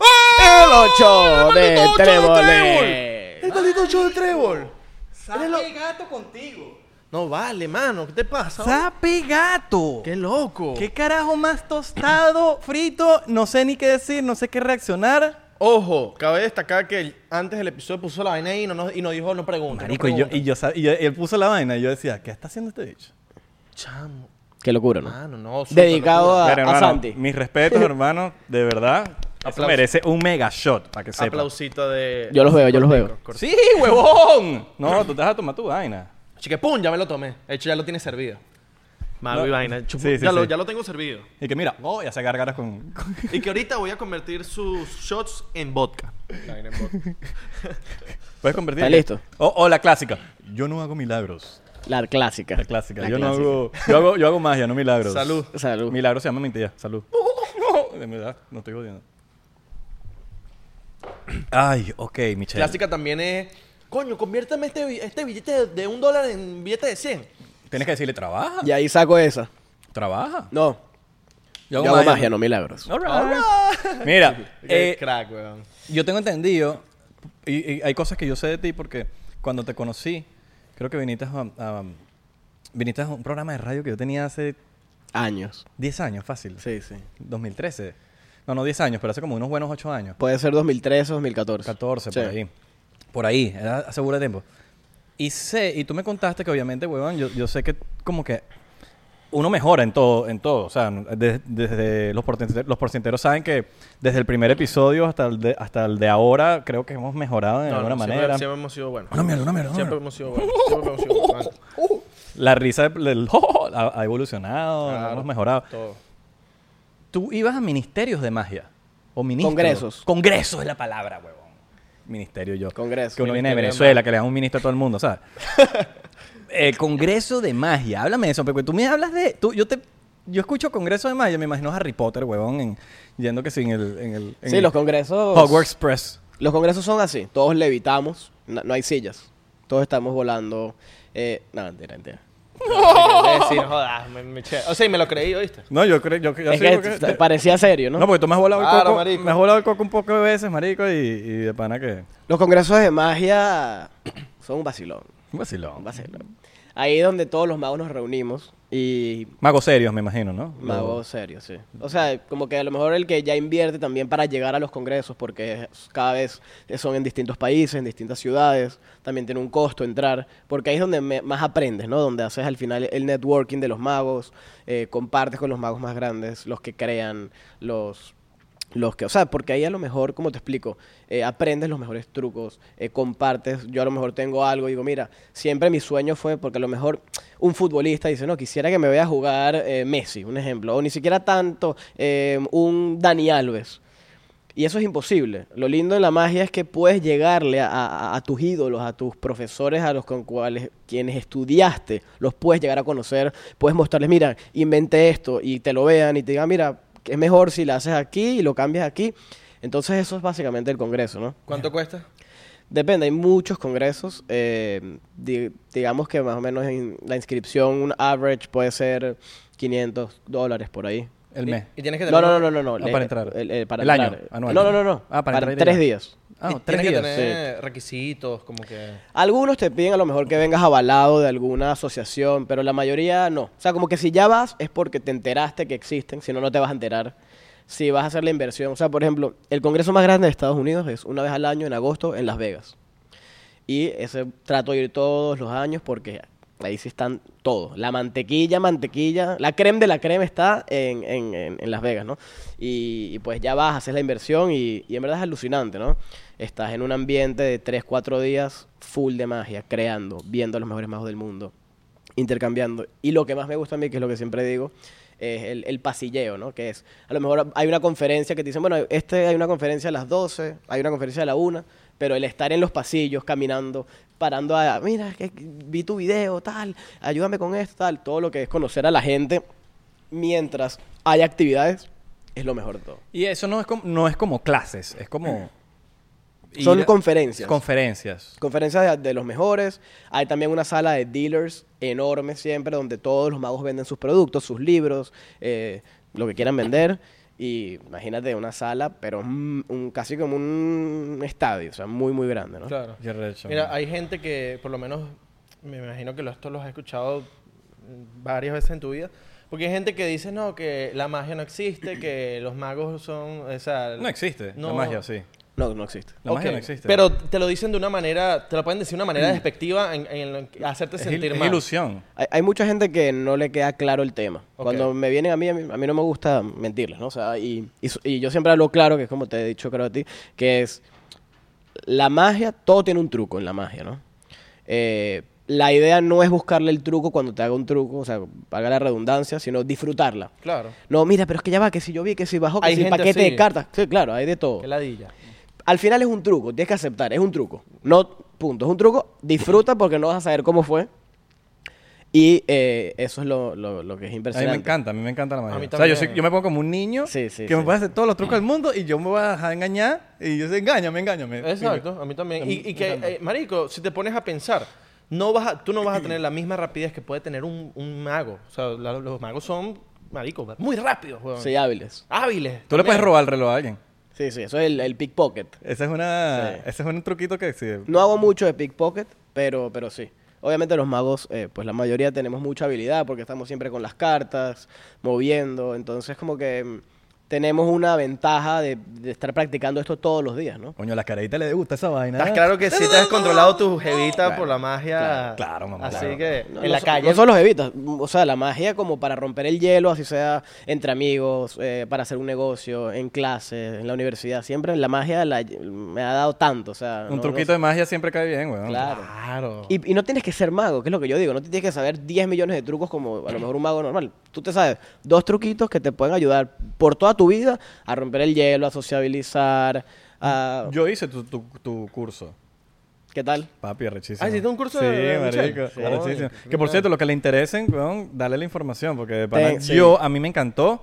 S2: ¡El 8 de
S1: ¡Maldito ocho de
S2: tréboles!
S1: maldito ocho de trébol! ¡Sape gato contigo! No vale, mano. ¿Qué te pasa?
S3: ¡Sape gato!
S1: ¡Qué loco!
S3: ¿Qué carajo más tostado, frito? No sé ni qué decir, no sé qué reaccionar.
S1: Ojo, cabe destacar que el- antes del episodio puso la vaina ahí y no, nos- y nos dijo, no preguntes.
S3: Marico,
S1: no
S3: y yo,
S1: preguntes".
S3: y yo sab- y él puso la vaina y yo decía, ¿qué está haciendo este bicho?
S1: Chamo,
S2: Qué locura, ¿no?
S1: mano, Ah, no. súper
S2: Dedicado
S1: locura.
S2: a,
S3: Mira,
S2: Ah, a
S3: hermano,
S2: Santi.
S3: Mis respetos, hermano, de verdad. Eso
S1: Aplausos.
S3: merece un mega shot, para que sepa.
S1: Aplausito de...
S2: Yo los veo, yo los veo.
S1: Cortico, cortico.
S3: ¡Sí, huevón! No, tú te vas a tomar tu vaina.
S1: Chique, pum, ya me lo tomé. De hecho, ya lo tiene servido. Mago y
S3: No.
S1: vaina. chupo.
S3: Sí, sí,
S1: ya, Lo,
S3: sí.
S1: ya lo tengo servido.
S3: Y que mira, oh, ya se gargaras con, con-
S1: Y que ahorita voy a convertir sus shots en vodka.
S3: Puedes convertir.
S2: Está listo.
S3: O, o la clásica. Yo no hago milagros.
S2: La clásica.
S3: La clásica.
S2: La
S3: yo
S2: clásica.
S3: no hago. Yo hago, yo hago magia, no milagros.
S1: Salud.
S2: Salud.
S3: Milagros se llama mentira. Salud. No, de verdad, no estoy jodiendo. Ay, ok, Michelle.
S1: Clásica también es. Coño, conviértame este, bi- este billete de, de un dólar en billete de 100.
S3: Tienes que decirle, trabaja.
S2: Y ahí saco esa.
S3: Trabaja.
S2: No. Yo hago magia, no milagros.
S3: All right. Mira,
S1: Qué
S3: eh,
S1: crack, weón.
S3: Yo tengo entendido, y, y hay cosas que yo sé de ti porque cuando te conocí, creo que viniste a, a- viniste a un programa de radio que yo tenía hace
S2: Años.
S3: 10 años, fácil.
S2: Sí, sí.
S3: 2013. No, no 10 años, pero hace como unos buenos 8 años.
S2: Puede ser 2013 o
S1: Pues,
S2: 2014.
S3: 14,
S2: Sí.
S3: por ahí. Por ahí, era hace burda de tiempo. Y sé, y tú me contaste que obviamente, huevón, yo, yo sé que como que uno mejora en todo, en todo. O sea, de- desde los, porten- los porcenteros saben que desde el primer episodio hasta el de, hasta el de ahora, creo que hemos mejorado de
S1: No,
S3: alguna
S1: no, siempre-
S3: manera.
S1: Siempre, hemos sido buenos.
S3: Una mierda, una mierda, una
S1: Siempre
S3: mierda.
S1: hemos sido buenos. Siempre hemos sido buenos.
S3: La risa del ha, ha evolucionado,
S1: Claro,
S3: hemos mejorado.
S1: Todo.
S3: Tú ibas a ministerios de magia. O ministros.
S2: Congresos.
S3: Congresos es la palabra, huevón. Ministerio yo.
S2: Congreso.
S3: Que uno viene de
S1: Ministerio de
S3: Venezuela, que le dan un ministro a todo el mundo, ¿sabes? el Congreso de Magia. Háblame de eso, porque tú me hablas de... Tú, yo te... Yo escucho Congreso de Magia, me imagino a Harry Potter, huevón, en- yendo que sí en el... En el en
S2: Sí,
S3: el
S2: los congresos.
S3: Hogwarts Press.
S2: Los congresos son así. Todos levitamos. No, no hay sillas. Todos estamos volando. Eh, no, mentira, mentira.
S1: Sí, no jodas, me- me che- O sea, y me lo creí, ¿oíste?
S3: No, yo creo... Yo, yo
S2: es
S3: sí
S2: que
S3: creo que-
S2: te- parecía serio, ¿no? pues,
S3: No, porque tú me has volado el
S1: Claro,
S3: coco.
S1: marico.
S3: Me has volado el coco un poco de veces, marico, y, y de pana que...
S2: Los congresos de magia son un vacilón.
S3: Un
S2: Un
S3: vacilón.
S2: vacilón. Ahí es donde todos los magos nos reunimos y
S3: Magos serios, me imagino, ¿no?
S2: magos serios, sí. O sea, como que a lo mejor el que ya invierte también para llegar a los congresos, porque es- cada vez son en distintos países, en distintas ciudades, también tiene un costo entrar, porque ahí es donde me- más aprendes, ¿no? Donde haces al final el networking de los magos, eh, compartes con los magos más grandes, los que crean, los los que, o sea, porque ahí a lo mejor, como te explico, eh, aprendes los mejores trucos, eh, compartes, yo a lo mejor tengo algo, digo, mira, siempre mi sueño fue, porque a lo mejor un futbolista dice, no, quisiera que me vea jugar eh, Messi, un ejemplo, o ni siquiera tanto, eh, un Dani Alves. Y eso es imposible. Lo lindo de la magia es que puedes llegarle a, a- a tus ídolos, a tus profesores, a los con cuales quienes estudiaste, los puedes llegar a conocer, puedes mostrarles, mira, inventé esto y te lo vean y te digan, mira, es mejor si la haces aquí y lo cambias aquí. Entonces eso es básicamente el Congreso, ¿no?
S1: ¿Cuánto cuesta?
S2: Depende, hay muchos congresos. eh, di- digamos que más o menos en la inscripción, un average puede ser 500 dólares por ahí.
S3: El mes.
S1: Y tienes que
S2: No,
S1: tener
S2: no, no, no, no.
S3: Ah, para entrar.
S2: El, para
S3: El año,
S2: entrar.
S3: anual.
S2: No, no, no, no.
S3: Ah, para
S2: para
S3: entrar y
S2: tres
S3: ya.
S2: días.
S3: Ah,
S1: Y
S3: tres
S1: tienes
S3: días.
S1: que tener requisitos, como que...
S2: Algunos te piden a lo mejor que vengas avalado de alguna asociación, pero la mayoría no. O sea, como que si ya vas es porque te enteraste que existen, si no, no te vas a enterar. Si vas a hacer la inversión. O sea, por ejemplo, el congreso más grande de Estados Unidos es una vez al año, en agosto, en Las Vegas. Y ese trato de ir todos los años porque ahí sí están todos. La mantequilla, mantequilla, la creme de la creme está en, en- en- en Las Vegas, ¿no? Y, y pues ya vas, haces la inversión y, y en verdad es alucinante, ¿no? Estás en un ambiente de 3, 4 días full de magia, creando, viendo a los mejores magos del mundo, intercambiando. Y lo que más me gusta a mí, que es lo que siempre digo, es el, el pasilleo, ¿no? Que es, a lo mejor hay una conferencia que te dicen, bueno, este hay una conferencia a las 12, hay una conferencia a la 1, pero el estar en los pasillos, caminando, parando a, mira, que vi tu video, tal, ayúdame con esto, tal, todo lo que es conocer a la gente mientras hay actividades, es lo mejor de todo.
S3: Y eso no es como, no es como clases, es como...
S2: Son
S3: ir a-
S2: conferencias.
S3: Conferencias.
S2: conferencias de, de los mejores. Hay también una sala de dealers enorme siempre, donde todos los magos venden sus productos, sus libros, eh, lo que quieran vender. Y imagínate una sala, pero mm, un- casi como un estadio, o sea, muy, muy grande,
S3: Ah,
S2: ¿no?
S1: Claro.
S3: Qué recho,
S1: Mira,
S3: man.
S1: hay gente que, por lo menos, me imagino que lo- esto los has escuchado mm, varias veces en tu vida. Porque hay gente que dice, no, que la magia no existe, que los magos son... O sea,
S3: No existe
S1: no-
S3: la magia, sí.
S2: No, no existe.
S3: La magia
S1: Ok,
S3: no existe. Mm.
S1: Pero te lo dicen de una manera, te lo pueden decir de una manera despectiva en, en lo que- hacerte
S3: es, il-
S1: sentir
S3: es
S1: mal.
S3: ilusión.
S2: Hay, hay mucha gente que no le queda claro el tema.
S1: Ok.
S2: Cuando me vienen a mí, a mí, a mí no me gusta mentirles, ¿no? O sea, y, y so- y yo siempre hablo claro, que es como te he dicho, creo a ti, que es la magia, todo tiene un truco en la magia, ¿no? Eh, la idea no es buscarle el truco cuando te haga un truco, o sea, valga la redundancia, sino disfrutarla.
S1: Claro.
S2: No, mira, pero es que ya va, que si yo vi, que si bajó, que
S1: Hay
S2: si
S1: gente
S2: paquete
S1: así.
S2: de cartas. Sí, claro, hay de todo.
S1: Qué ladilla.
S2: Al final es un truco, tienes que aceptar, es un truco. No, punto, es un truco, disfruta porque no vas a saber cómo fue. Y eh, eso es lo, lo- lo que es
S3: A mí
S2: impresionante.
S3: me encanta, a mí me encanta la magia.
S1: mí
S3: o sea, yo,
S1: también. Mm.
S3: soy- yo me pongo como un niño
S2: Sí, sí,
S3: que me
S2: sí.
S3: puede hacer todos los trucos del mundo y yo me voy a dejar engañar y yo sé, engáñame, engáñame.
S1: Exacto, a mí también. Y, y que,
S3: encanta.
S1: eh, marico, si te pones a pensar, no vas a- tú no vas a tener la misma rapidez que puede tener un, un mago. O sea, la- los magos son, marico, muy rápidos, weón.
S2: Sí, hábiles.
S1: Hábiles.
S3: Tú le puedes
S1: también.
S3: robar el reloj a alguien.
S2: Sí, sí, eso es el, el pickpocket.
S3: Ese es, una,
S2: Sí.
S3: ese es un truquito que sí.
S2: No hago mucho de pickpocket, pero, pero sí. Obviamente los magos, eh, pues la mayoría tenemos mucha habilidad porque estamos siempre con las cartas, moviendo, entonces como que mm, tenemos una ventaja de, de estar practicando esto todos los días, ¿no?
S3: Coño, a la carita le gusta esa vaina.
S1: Estás claro que sí te has controlado tu jevita
S2: Claro,
S1: por la magia.
S3: claro, claro, mamá,
S1: Así
S3: claro.
S1: que
S2: No-
S1: en
S2: no
S1: la
S2: so-
S1: calle.
S2: No solo los evitas, o sea, la magia como para romper el hielo, así sea entre amigos, eh, para hacer un negocio, en clase, en la universidad, siempre la magia la- me ha dado tanto, o sea... no-
S3: Un
S2: no
S3: truquito
S2: sé.
S3: de magia siempre cae bien, weón.
S2: Claro.
S1: Claro.
S2: Y, y no tienes que ser mago, que es lo que yo digo. No te tienes que saber 10 millones de trucos como a lo mejor un mago normal. Tú te sabes dos truquitos que te pueden ayudar por toda tu vida a romper el hielo, a sociabilizar, a...
S3: Yo hice tu, tu, tu curso.
S2: ¿Qué tal?
S3: Papi, arrechísimo.
S1: Ah, ¿hiciste un curso
S3: sí,
S1: de- de Michelle?
S3: marico,
S1: Sí.
S3: arrechísimo.
S1: Coño, qué
S3: Que por
S1: genial.
S3: cierto, lo que le interesen, weón, dale la información. Porque de pana,
S2: Ten- sí.
S3: yo, a mí me encantó.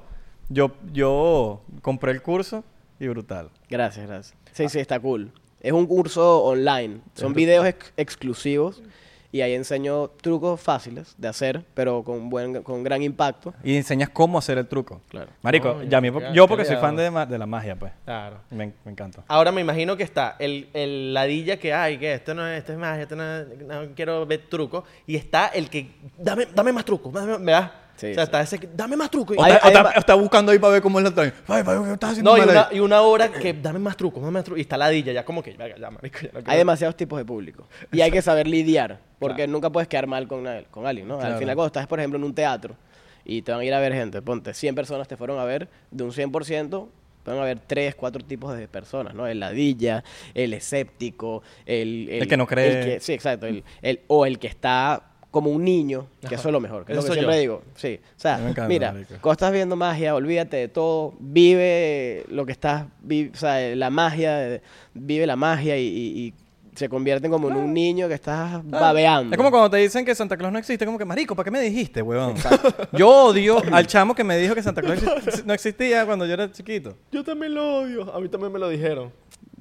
S3: Yo, yo compré el curso y brutal.
S2: Gracias, gracias. Sí, sí, está cool. Es un curso online. Son videos ex- exclusivos y ahí enseño trucos fáciles de hacer, pero con, buen, con gran impacto.
S3: Y enseñas cómo hacer el truco.
S2: Claro.
S3: Marico,
S1: Coño,
S3: ya a mí-
S1: qué-
S3: yo
S1: qué
S3: porque soy
S1: leado.
S3: fan de, ma- de la magia, pues.
S1: Claro.
S3: Me, en- me encanta.
S1: Ahora me imagino que está el, el ladilla que hay, que esto no es, esto es magia, esto no, es- no quiero ver trucos. Y está el que, dame, dame más trucos, dame- ¿verdad?
S2: Sí,
S1: o sea,
S2: sí.
S1: está ese que, dame más trucos.
S2: Hay- hay ma-
S3: buscando ahí para ver cómo es la traen. Ay, papi, ¿qué estás
S1: no, y
S3: mal
S1: una,
S3: ahí?
S1: y una hora que, dame más trucos, dame más trucos. Y está ladilla, ya como que, "Verga, ya, marico, ya no quiero".
S2: Hay demasiados tipos de público. Y hay que saber lidiar. Porque nunca puedes quedar mal con, nadie- con alguien, ¿no?
S3: Claro.
S2: Al final, cuando estás, por ejemplo, en un teatro y te van a ir a ver gente, ponte, 100 personas te fueron a ver, de un 100%, te van a ver 3, 4 tipos de personas, ¿no? El ladilla, el escéptico, el...
S3: El que no cree.
S2: el que- sí, exacto. El, el- o el que está como un niño, que eso es lo mejor. Que es lo
S1: Eso
S2: que
S1: soy
S2: siempre
S1: yo.
S2: digo. Sí. O sea,
S3: Me encanta,
S2: mira,
S3: marico.
S2: cuando estás viendo magia, olvídate de todo, vive lo que estás, vi- o sea, la magia, eh, vive la magia y, y- y se convierten como en un niño que estás Ah, babeando.
S3: Ah. Es como cuando te dicen que Santa Claus no existe, como que marico, ¿para qué me dijiste, weón? Yo odio al chamo que me dijo que Santa Claus exi- no existía cuando yo era chiquito.
S1: Yo también lo odio, a mí también me lo dijeron.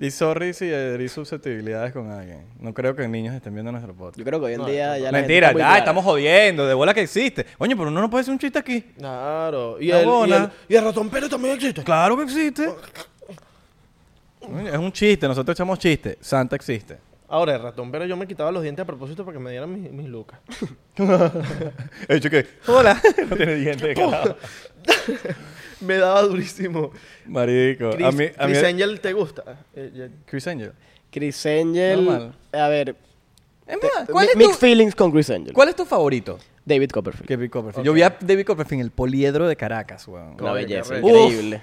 S3: Y sorry si herí susceptibilidades con alguien. No creo que niños estén viendo nuestro
S2: Yo
S3: podcast.
S2: creo que hoy en día ya la gente está
S3: Mentira, ya
S2: muy clara.
S3: estamos jodiendo, de bola que existe. Oye, pero uno no puede hacer un chiste aquí.
S1: Claro. Y
S3: La
S1: el, y, el,
S3: bola.
S1: y el ratón Pérez también existe.
S3: Claro que existe. Coño, Es un chiste, nosotros echamos chiste. Santa existe.
S1: Ahora, el ratón Pérez yo me quitaba los dientes a propósito para que me dieran mis, mis lucas.
S3: He dicho que, hola, no tiene dientes de carajo.
S1: me daba durísimo.
S3: Marico,
S1: Chris,
S3: a mí, a mí-
S1: Chris Angel, ¿te gusta? Eh, ya-
S3: Chris Angel.
S2: Chris Angel,
S3: Normal.
S2: a ver,
S3: Es
S2: te-
S3: más, ¿cuál
S2: mi-
S3: es,
S2: mixed
S3: tu,
S2: feelings con Chris Angel.
S3: ¿cuál es tu favorito?
S2: David Copperfield.
S3: David Copperfield. Yo vi a David Copperfield en el poliedro de Caracas, weón.
S1: Coño,
S2: Una
S1: qué
S2: belleza,
S1: arrecho.
S2: increíble.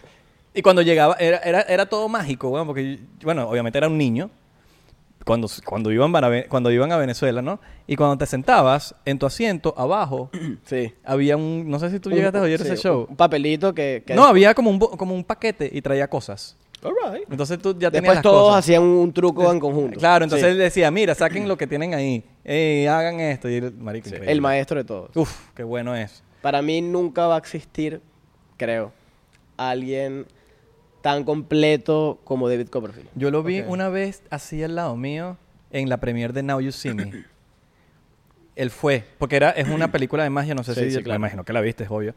S3: Y cuando llegaba, era, era, era todo mágico, weón, porque, yo- bueno, obviamente era un niño. Cuando, cuando, iban para, Ve- cuando iban a Venezuela, ¿no? Y cuando te sentabas en tu asiento, abajo,
S2: Sí.
S3: había un... No sé si tú llegaste a
S2: Un-
S3: oír
S2: sí,
S3: ese show.
S2: Un papelito que... que
S3: No, había como un, bo- como un paquete y traía cosas.
S1: All right.
S3: Entonces tú ya tenías
S2: Después
S3: las
S2: todos
S3: cosas.
S2: hacían un truco en conjunto.
S3: Claro, entonces
S2: Sí.
S3: él decía, mira, saquen lo que tienen ahí. Eh, hagan esto. Y el marico, increíble.
S2: El maestro de todos.
S3: Uf, qué bueno es.
S2: Para mí nunca va a existir, creo, alguien tan completo como David Copperfield.
S3: Yo lo vi una vez así al lado mío en la premiere de Now You See Me. Él fue, porque era, es una película de magia, no sé
S2: Sí,
S3: si
S2: sí,
S3: me
S2: claro.
S3: imagino que la viste, es obvio.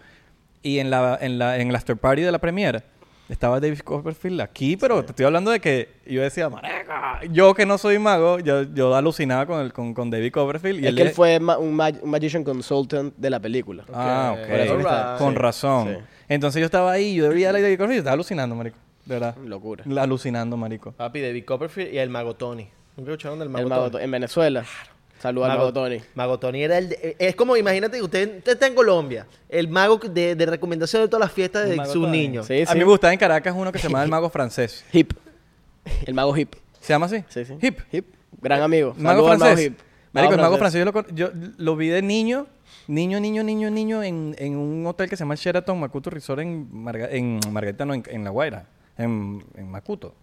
S3: Y en la, en la, en el after party de la premiere estaba David Copperfield aquí, pero te estoy hablando de que yo decía, "Marico, yo que no soy mago, yo, yo alucinaba con, el, con, con David Copperfield. Y
S2: es
S3: él
S2: que él
S3: es-
S2: fue ma- un, ma- un magician consultant de la película.
S3: Ah,
S1: Ok.
S3: ok.
S1: Por eso que
S2: está-
S3: Con
S2: sí,
S3: razón.
S2: sí.
S3: Entonces yo estaba ahí, yo debía la idea de cosas y yo estaba alucinando, marico. De verdad.
S2: Locura.
S3: La- Alucinando, marico.
S1: Papi, David Copperfield y el Mago Tony. ¿Nunca escucharon del Mago
S2: El Mago
S1: Tony?
S2: To- en Venezuela. Saludos al Mago Tony.
S1: Mago Tony era el... de- es como, imagínate, usted, usted está en Colombia. El mago de, de recomendación de todas las fiestas de
S3: Mago
S1: sus
S3: Tony.
S1: niños.
S2: Sí,
S3: A
S2: sí.
S3: mí me gustaba en Caracas uno que se llamaba el mago francés.
S2: Hip. El Mago Hip.
S3: ¿Se llama así?
S2: Sí, sí.
S3: Hip. Eh,
S2: Hip. Gran amigo.
S3: Mago
S2: Saludos al Mago
S3: francés.
S2: Hip.
S3: Marico, el mago
S2: francés.
S3: francés, yo lo, con- yo lo vi de niño, niño, niño, niño, niño, en, en un hotel que se llama el Sheraton Macuto Resort en, Marga- en Margarita, no, en, en La Guaira, en, en Macuto.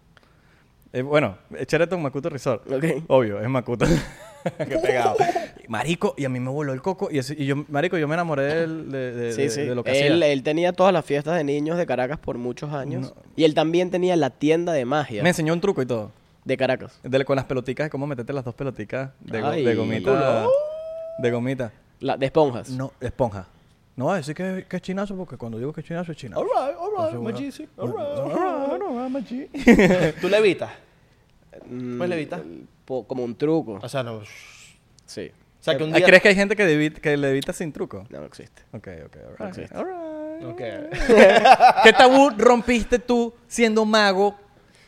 S3: Eh, bueno, el Sheraton Macuto Resort.
S2: Ok.
S3: Obvio, es Macuto. Qué pegado. Marico, y a mí me voló el coco. Y, ese- y yo, Marico, yo me enamoré del- de, de-
S2: Sí,
S3: de-
S2: sí.
S3: de lo que
S2: él, eh,
S3: hacía.
S2: él tenía todas las fiestas de niños de Caracas por muchos años. Y él también tenía la tienda de magia
S3: Me enseñó un truco y todo.
S2: de Caracas.
S3: De- con las peloticas, de cómo meterte las dos peloticas de, go-
S2: Ay.
S3: de gomita. De gomita.
S2: La, de esponjas.
S3: No, esponja. No voy a decir que, que es chinazo porque cuando digo que es chinazo es chinazo.
S1: Alright, alright,
S3: Entonces,
S1: Maggi,
S3: bueno,
S1: sí,
S3: bueno,
S1: alright.
S3: alright, alright, Maggi.
S1: ¿Tú le evitas?
S2: Mm,
S1: Pues levita.
S2: po- como un truco.
S1: O sea, no. O
S2: Sí.
S1: sea, que un
S3: Ah,
S1: día.
S3: ¿Crees que hay gente que, devi- que le evita sin truco?
S2: No, no existe.
S3: Ok, ok, alright.
S2: No existe.
S3: Alright.
S1: Ok.
S3: ¿Qué tabú rompiste tú siendo mago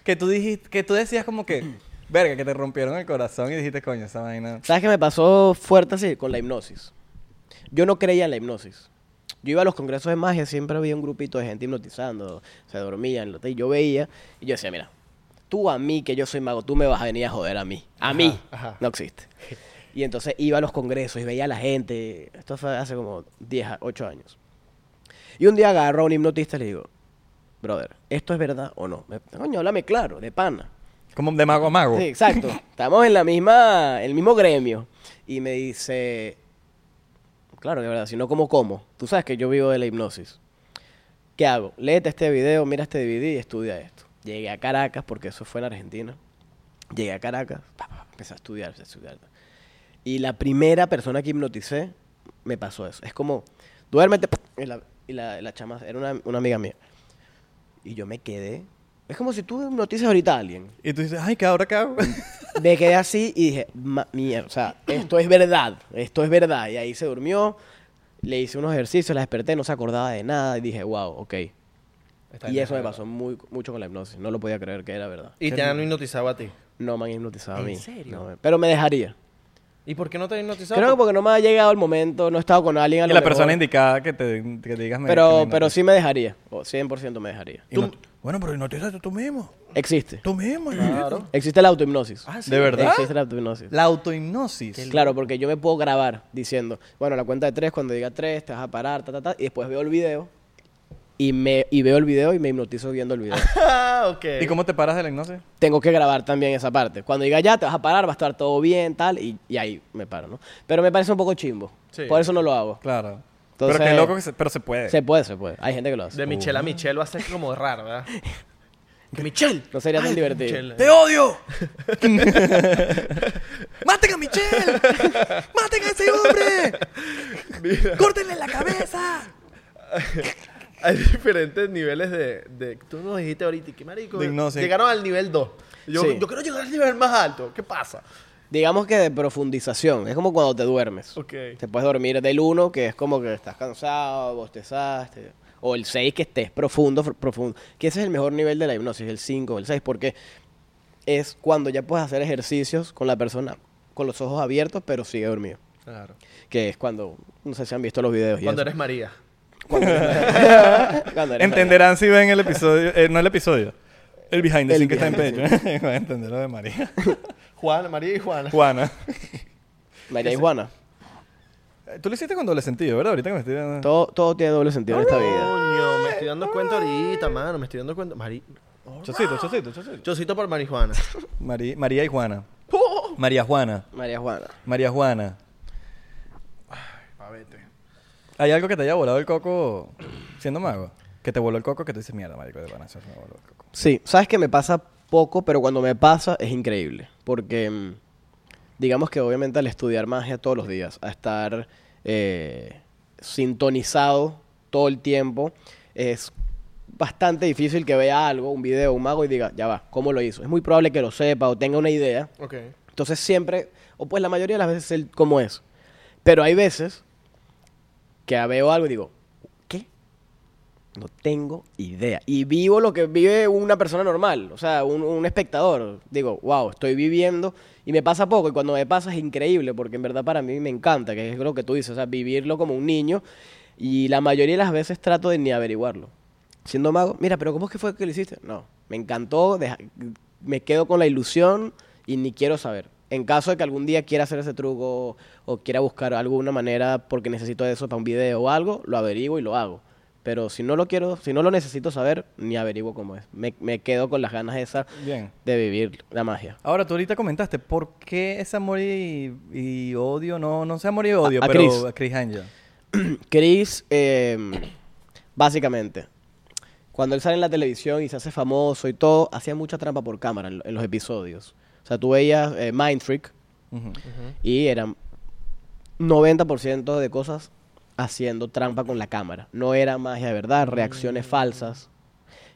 S3: que tú dijiste, que tú decías como que, verga, que te rompieron el corazón y dijiste, coño, esa vaina.
S2: ¿Sabes qué me pasó fuerte así? Con la hipnosis. Yo no creía en la hipnosis. Yo iba a los congresos de magia, siempre había un grupito de gente hipnotizando, se dormían, lo- y yo veía, y yo decía, mira, tú a mí, que yo soy mago, tú me vas a venir a joder a mí. A mí.
S1: ajá.
S2: No existe. Y entonces iba a los congresos y veía a la gente, esto fue hace como 10, a- 8 años. Y un día agarro a un hipnotista y le digo, brother, ¿esto es verdad o no? Me- Coño, háblame claro, de pana.
S3: Como de mago a mago.
S2: Sí, exacto. Estamos en la misma, en el mismo gremio. Y me dice, claro que es verdad, si no, ¿cómo como? Tú sabes que yo vivo de la hipnosis. ¿Qué hago? Léete este video, mira este DVD y estudia esto. Llegué a Caracas, porque eso fue en Argentina. Llegué a Caracas, pa, pa, pa, empecé a estudiar, empecé a estudiar. Y la primera persona que hipnoticé, me pasó eso. Es como, duérmete, pa, y la, y la- la chama, era una, una amiga mía. Y yo me quedé. Es como si tú hipnotizas ahorita a alguien.
S3: Y tú dices, ay, ¿qué ahora qué hago?
S2: Me quedé así y dije, "Ma- mierda, o sea, esto es verdad, esto es verdad. Y ahí se durmió, le hice unos ejercicios, la desperté, no se acordaba de nada y dije, wow, ok.
S1: Está
S2: y
S1: bien,
S2: eso me
S1: está
S2: pasó muy, mucho con la hipnosis, no lo podía creer que era verdad.
S1: bien. Y te han hipnotizado a ti.
S2: No me han hipnotizado a
S1: ¿En
S2: mí.
S1: serio?
S2: No me- pero me dejaría.
S1: ¿Y por qué no te han hipnotizado?
S2: Creo que porque no me ha llegado el momento, no he estado con alguien a
S3: y
S2: lo
S3: la persona
S2: mejor,
S3: indicada que te, que te digas. me- pues. que
S2: Pero,
S3: me
S2: pero
S3: hipnotiza.
S2: sí me dejaría, o 100% me dejaría.
S3: Y no- Bueno, pero hipnotizaste tú mismo.
S2: Existe.
S3: Tú mismo. Claro.
S2: Existe la autohipnosis.
S1: Ah, sí.
S3: ¿De verdad?
S2: Existe la autohipnosis.
S3: La autohipnosis.
S2: Claro, porque yo me puedo grabar diciendo, bueno, a la cuenta de tres, cuando diga tres, te vas a parar, ta, ta, ta, y después veo el video y me y veo el video y me hipnotizo viendo el video.
S1: Ah, ok.
S3: ¿Y cómo te paras de la hipnosis?
S2: Tengo que grabar también esa parte. Cuando diga ya, te vas a parar, va a estar todo bien, tal, y, y ahí me paro, ¿no? Pero me parece un poco chimbo.
S1: Sí.
S2: Por eso no lo hago.
S3: Claro. pero
S2: Entonces-
S3: qué loco que se, pero se puede.
S2: Se puede, se puede. Hay gente que lo hace.
S1: De Michelle a Michelle va a ser como raro, ¿verdad? que Michelle.
S2: No sería tan
S1: Ay,
S2: divertido.
S1: Michelle.
S3: ¡Te odio! ¡Maten a Michelle! ¡Maten a ese hombre! ¡Córtenle la cabeza!
S1: Hay diferentes niveles de, de- Tú nos dijiste ahorita, ¿y ¿qué marico?
S3: De hipnosis.
S1: Llegaron al nivel 2. Yo,
S2: Sí.
S1: yo quiero llegar al nivel más alto. ¿Qué pasa?
S2: Digamos que de profundización. Es como cuando te duermes.
S1: Ok.
S2: Te puedes dormir del 1, que es como que estás cansado, bostezaste. O el 6, que estés profundo, fr- profundo. Que ese es el mejor nivel de la hipnosis, el 5 o el 6, porque es cuando ya puedes hacer ejercicios con la persona con los ojos abiertos, pero sigue dormido.
S1: Claro.
S2: Que es cuando, no sé si han visto los videos. y
S1: Cuando
S2: eso.
S1: eres María.
S2: Cuando eres-
S3: Entenderán si ven el episodio, eh, no el episodio, el behind the
S2: El
S3: scenes que está en
S2: behind the
S3: Patreon. Van a entender lo de María.
S1: Juana, María y Juana.
S3: Juana.
S2: María y Juana.
S3: Eh, Tú lo hiciste con doble sentido, ¿verdad? Ahorita que me estoy dando.
S2: Todo, todo tiene doble sentido en esta vida.
S1: Coño, me estoy dando cuenta ahorita, mano. Me estoy dando cuenta. Mari...
S3: Chocito, chocito, chocito.
S1: Chocito por marihuana.
S3: Mari- María y Juana. María Juana.
S2: María Juana.
S3: María Juana. ¿Hay algo que te haya volado el coco siendo mago? Que te voló el coco que tú dices, mierda, marico, de pana, eso me voló el coco.
S2: Sí, sabes que me pasa poco, pero cuando me pasa es increíble. Porque mm, digamos que obviamente al estudiar magia todos los días, a estar eh, sintonizado todo el tiempo, es bastante difícil que vea algo, un video, un mago y diga, ya va, ¿cómo lo hizo? Es muy probable que lo sepa o tenga una idea.
S1: Ok.
S2: Entonces siempre, o pues la mayoría de las veces él como es. Pero hay veces que veo algo y digo, ¿qué? No tengo idea. Y vivo lo que vive una persona normal, o sea, un, un espectador. Digo, wow, estoy viviendo y me pasa poco. Y cuando me pasa es increíble, porque en verdad para mí me encanta, que es lo que tú dices, o sea, vivirlo como un niño. Y la mayoría de las veces trato de ni averiguarlo. Siendo mago, mira, pero ¿cómo es que fue que lo hiciste? No, me encantó, deja- me quedo con la ilusión y ni quiero saber. En caso de que algún día quiera hacer ese truco o quiera buscar alguna manera porque necesito eso para un video o algo, lo averiguo y lo hago. Pero si no lo quiero, si no lo necesito saber, ni averiguo cómo es. Me, me quedo con las ganas esas
S3: Bien.
S2: de vivir la magia.
S4: Ahora, tú ahorita comentaste por qué ese amor y, y odio, no, no sé amor y odio,
S2: a
S4: pero
S2: Chris.
S4: a Chris Angel.
S2: Chris, eh, básicamente, cuando él sale en la televisión y se hace famoso y todo, hacía mucha trampa por cámara en, lo- en los episodios. O sea, tú veías eh, Mind Freak
S3: Ujú.
S2: y eran 90% de cosas haciendo trampa con la cámara. No era magia de verdad, reacciones falsas.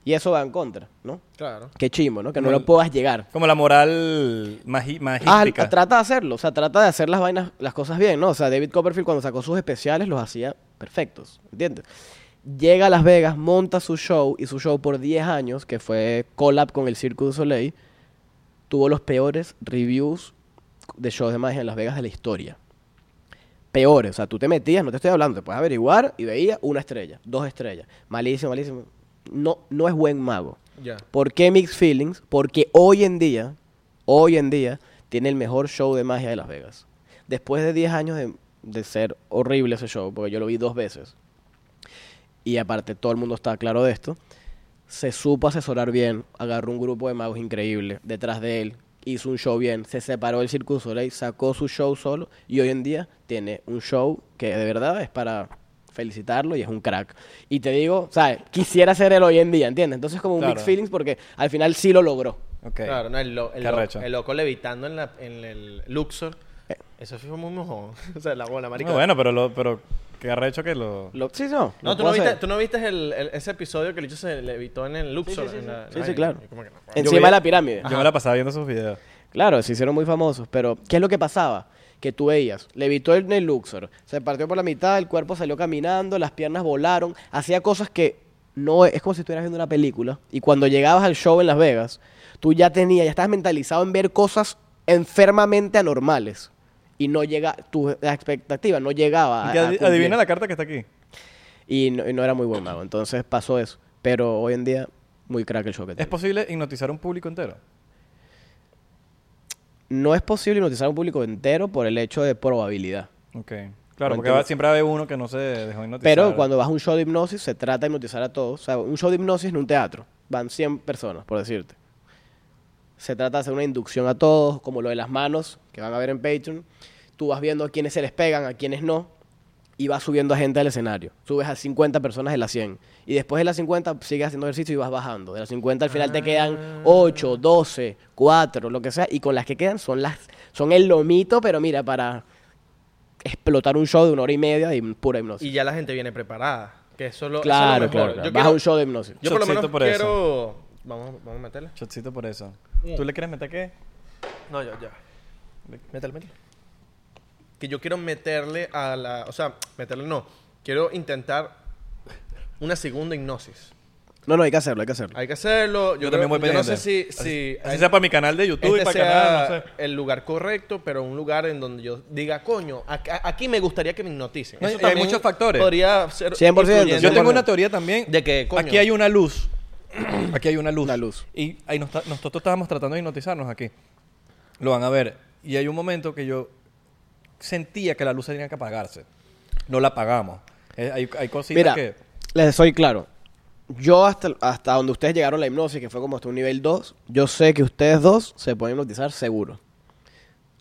S2: Y eso va en contra, ¿no?
S1: Claro.
S2: Qué chimbo, ¿no? Que no
S3: Como
S2: lo
S3: el-
S2: puedas llegar.
S3: Como la moral magi-
S2: Ah,
S3: magística.
S2: trata de hacerlo, o sea, trata de hacer las vainas, las cosas bien, ¿no? O sea, David Copperfield cuando sacó sus especiales los hacía perfectos, ¿entiendes? Llega a Las Vegas, monta su show y su show por 10 años, que fue collab con el Cirque du Soleil, tuvo los peores reviews de shows de magia en Las Vegas de la historia. Peores, o sea, tú te metías, no te estoy hablando, te puedes averiguar y veía una estrella, dos estrellas, malísimo, malísimo. No, no es buen mago.
S1: Ya.
S2: ¿Por qué Mixed Feelings? Porque hoy en día, hoy en día, tiene el mejor show de magia de Las Vegas. Después de 10 años de, de ser horrible ese show, porque yo lo vi dos veces, y aparte todo el mundo está claro de esto, se supo asesorar bien, agarró un grupo de magos increíble detrás de él, hizo un show bien, se separó del Cirque du Soleil, sacó su show solo, y hoy en día tiene un show que de verdad es para felicitarlo y es un crack. Y te digo, ¿sabes? Quisiera ser él hoy en día, ¿entiendes? Entonces como un
S3: Claro.
S2: mixed feelings porque al final sí lo logró.
S3: Ok.
S1: Claro, no, el, lo- el
S3: Qué
S1: lo-
S3: arrecho. Eh.
S1: el loco levitando en, la, en el Luxor. Eso sí fue muy mojón. o sea, la bola, marica.
S3: No, bueno, pero, lo, pero qué arrecho que lo...
S2: Lo- sí, no.
S1: No,
S2: lo
S1: tú
S2: puedo
S1: no, viste,
S2: hacer.
S1: tú no viste el- el- ese episodio que el hecho se levitó en el Luxor. en la-
S2: Sí, sí,
S1: ay,
S2: claro.
S1: yo como que no.
S2: Encima
S3: vi-
S2: de la pirámide.
S3: Yo me la pasaba viendo sus videos.
S2: Claro, se hicieron muy famosos, pero ¿qué es lo que pasaba? Que tú veías, levitó en el Luxor, se partió por la mitad, el cuerpo salió caminando, las piernas volaron, hacía cosas que no es como si estuvieras viendo una película. Y cuando llegabas al show en Las Vegas, tú ya tenías, ya estabas mentalizado en ver cosas enfermamente anormales. Y no llega, tu la expectativa no llegaba. a-
S3: Que
S2: a
S3: adi-
S2: cumplir.
S3: adivina la carta que está aquí.
S2: Y no, y no era muy buen mago, entonces pasó eso. Pero hoy en día, muy crack el show que
S3: ¿Es
S2: tiene.
S3: posible hipnotizar a un público entero?
S2: no es posible hipnotizar a un público entero por el hecho de probabilidad.
S3: Ok. Claro,
S2: No
S3: porque
S2: entiendo.
S3: va- siempre va a haber uno que no se dejó hipnotizar.
S2: Pero cuando vas a un show de hipnosis, se trata de hipnotizar a todos. O sea, un show de hipnosis en un teatro. Van 100 personas, por decirte. Se trata de hacer una inducción a todos, como lo de las manos, que van a ver en Patreon. Tú vas viendo a quienes se les pegan, a quienes no, y vas subiendo a gente al escenario. Subes a 50 personas de las 100. Y después de las 50 sigues haciendo ejercicio y vas bajando. De las 50 al final te quedan 8, 12, 4, lo que sea. Y con las que quedan son las son el lomito, pero mira, para explotar un show de una hora y media de hip- pura hipnosis.
S1: Y ya la gente viene preparada. Que eso lo, eso es lo
S2: Claro,
S1: mejor.
S2: claro,
S1: Yo
S2: claro. Vas
S1: quiero-
S2: a un show de hipnosis.
S1: Yo por lo
S3: Shotcito
S1: menos
S3: por eso.
S1: quiero... Vamos, vamos a meterle.
S3: Chocito por eso.
S1: Mm.
S3: ¿Tú le quieres meter qué?
S1: No, yo, ya. Métale, métale. Que yo quiero meterle a la... O sea, meterle no. Quiero intentar una segunda hipnosis.
S2: No, no, hay que hacerlo, hay que hacerlo.
S1: Hay que hacerlo. Yo,
S3: Yo
S1: creo-
S3: también voy
S1: yo no
S3: pendiente.
S1: sé si...
S3: Así-
S1: si
S3: así sea para mi canal de YouTube y
S1: este
S3: para
S1: sea
S3: canal, no sé.
S1: el lugar correcto, pero un lugar en donde yo diga, coño, acá- aquí me gustaría que me hipnoticen.
S3: No, y hay
S1: también
S3: muchos factores.
S1: Podría ser
S2: 100%,
S1: influyente.
S3: Yo
S2: 100%.
S3: tengo una teoría también.
S1: ¿De qué, coño?
S3: Aquí hay una luz. Aquí hay una luz.
S2: Una luz.
S3: Y ahí nos ta- nosotros estábamos tratando de hipnotizarnos aquí. Lo van a ver. Y hay un momento que yo sentía que la luz tenía que apagarse. No la apagamos. Eh, hay, hay
S2: Mira,
S3: cositas que...
S2: les soy claro. Yo hasta, hasta donde ustedes llegaron a la hipnosis, que fue como hasta un nivel 2, yo sé que ustedes dos se pueden hipnotizar seguro.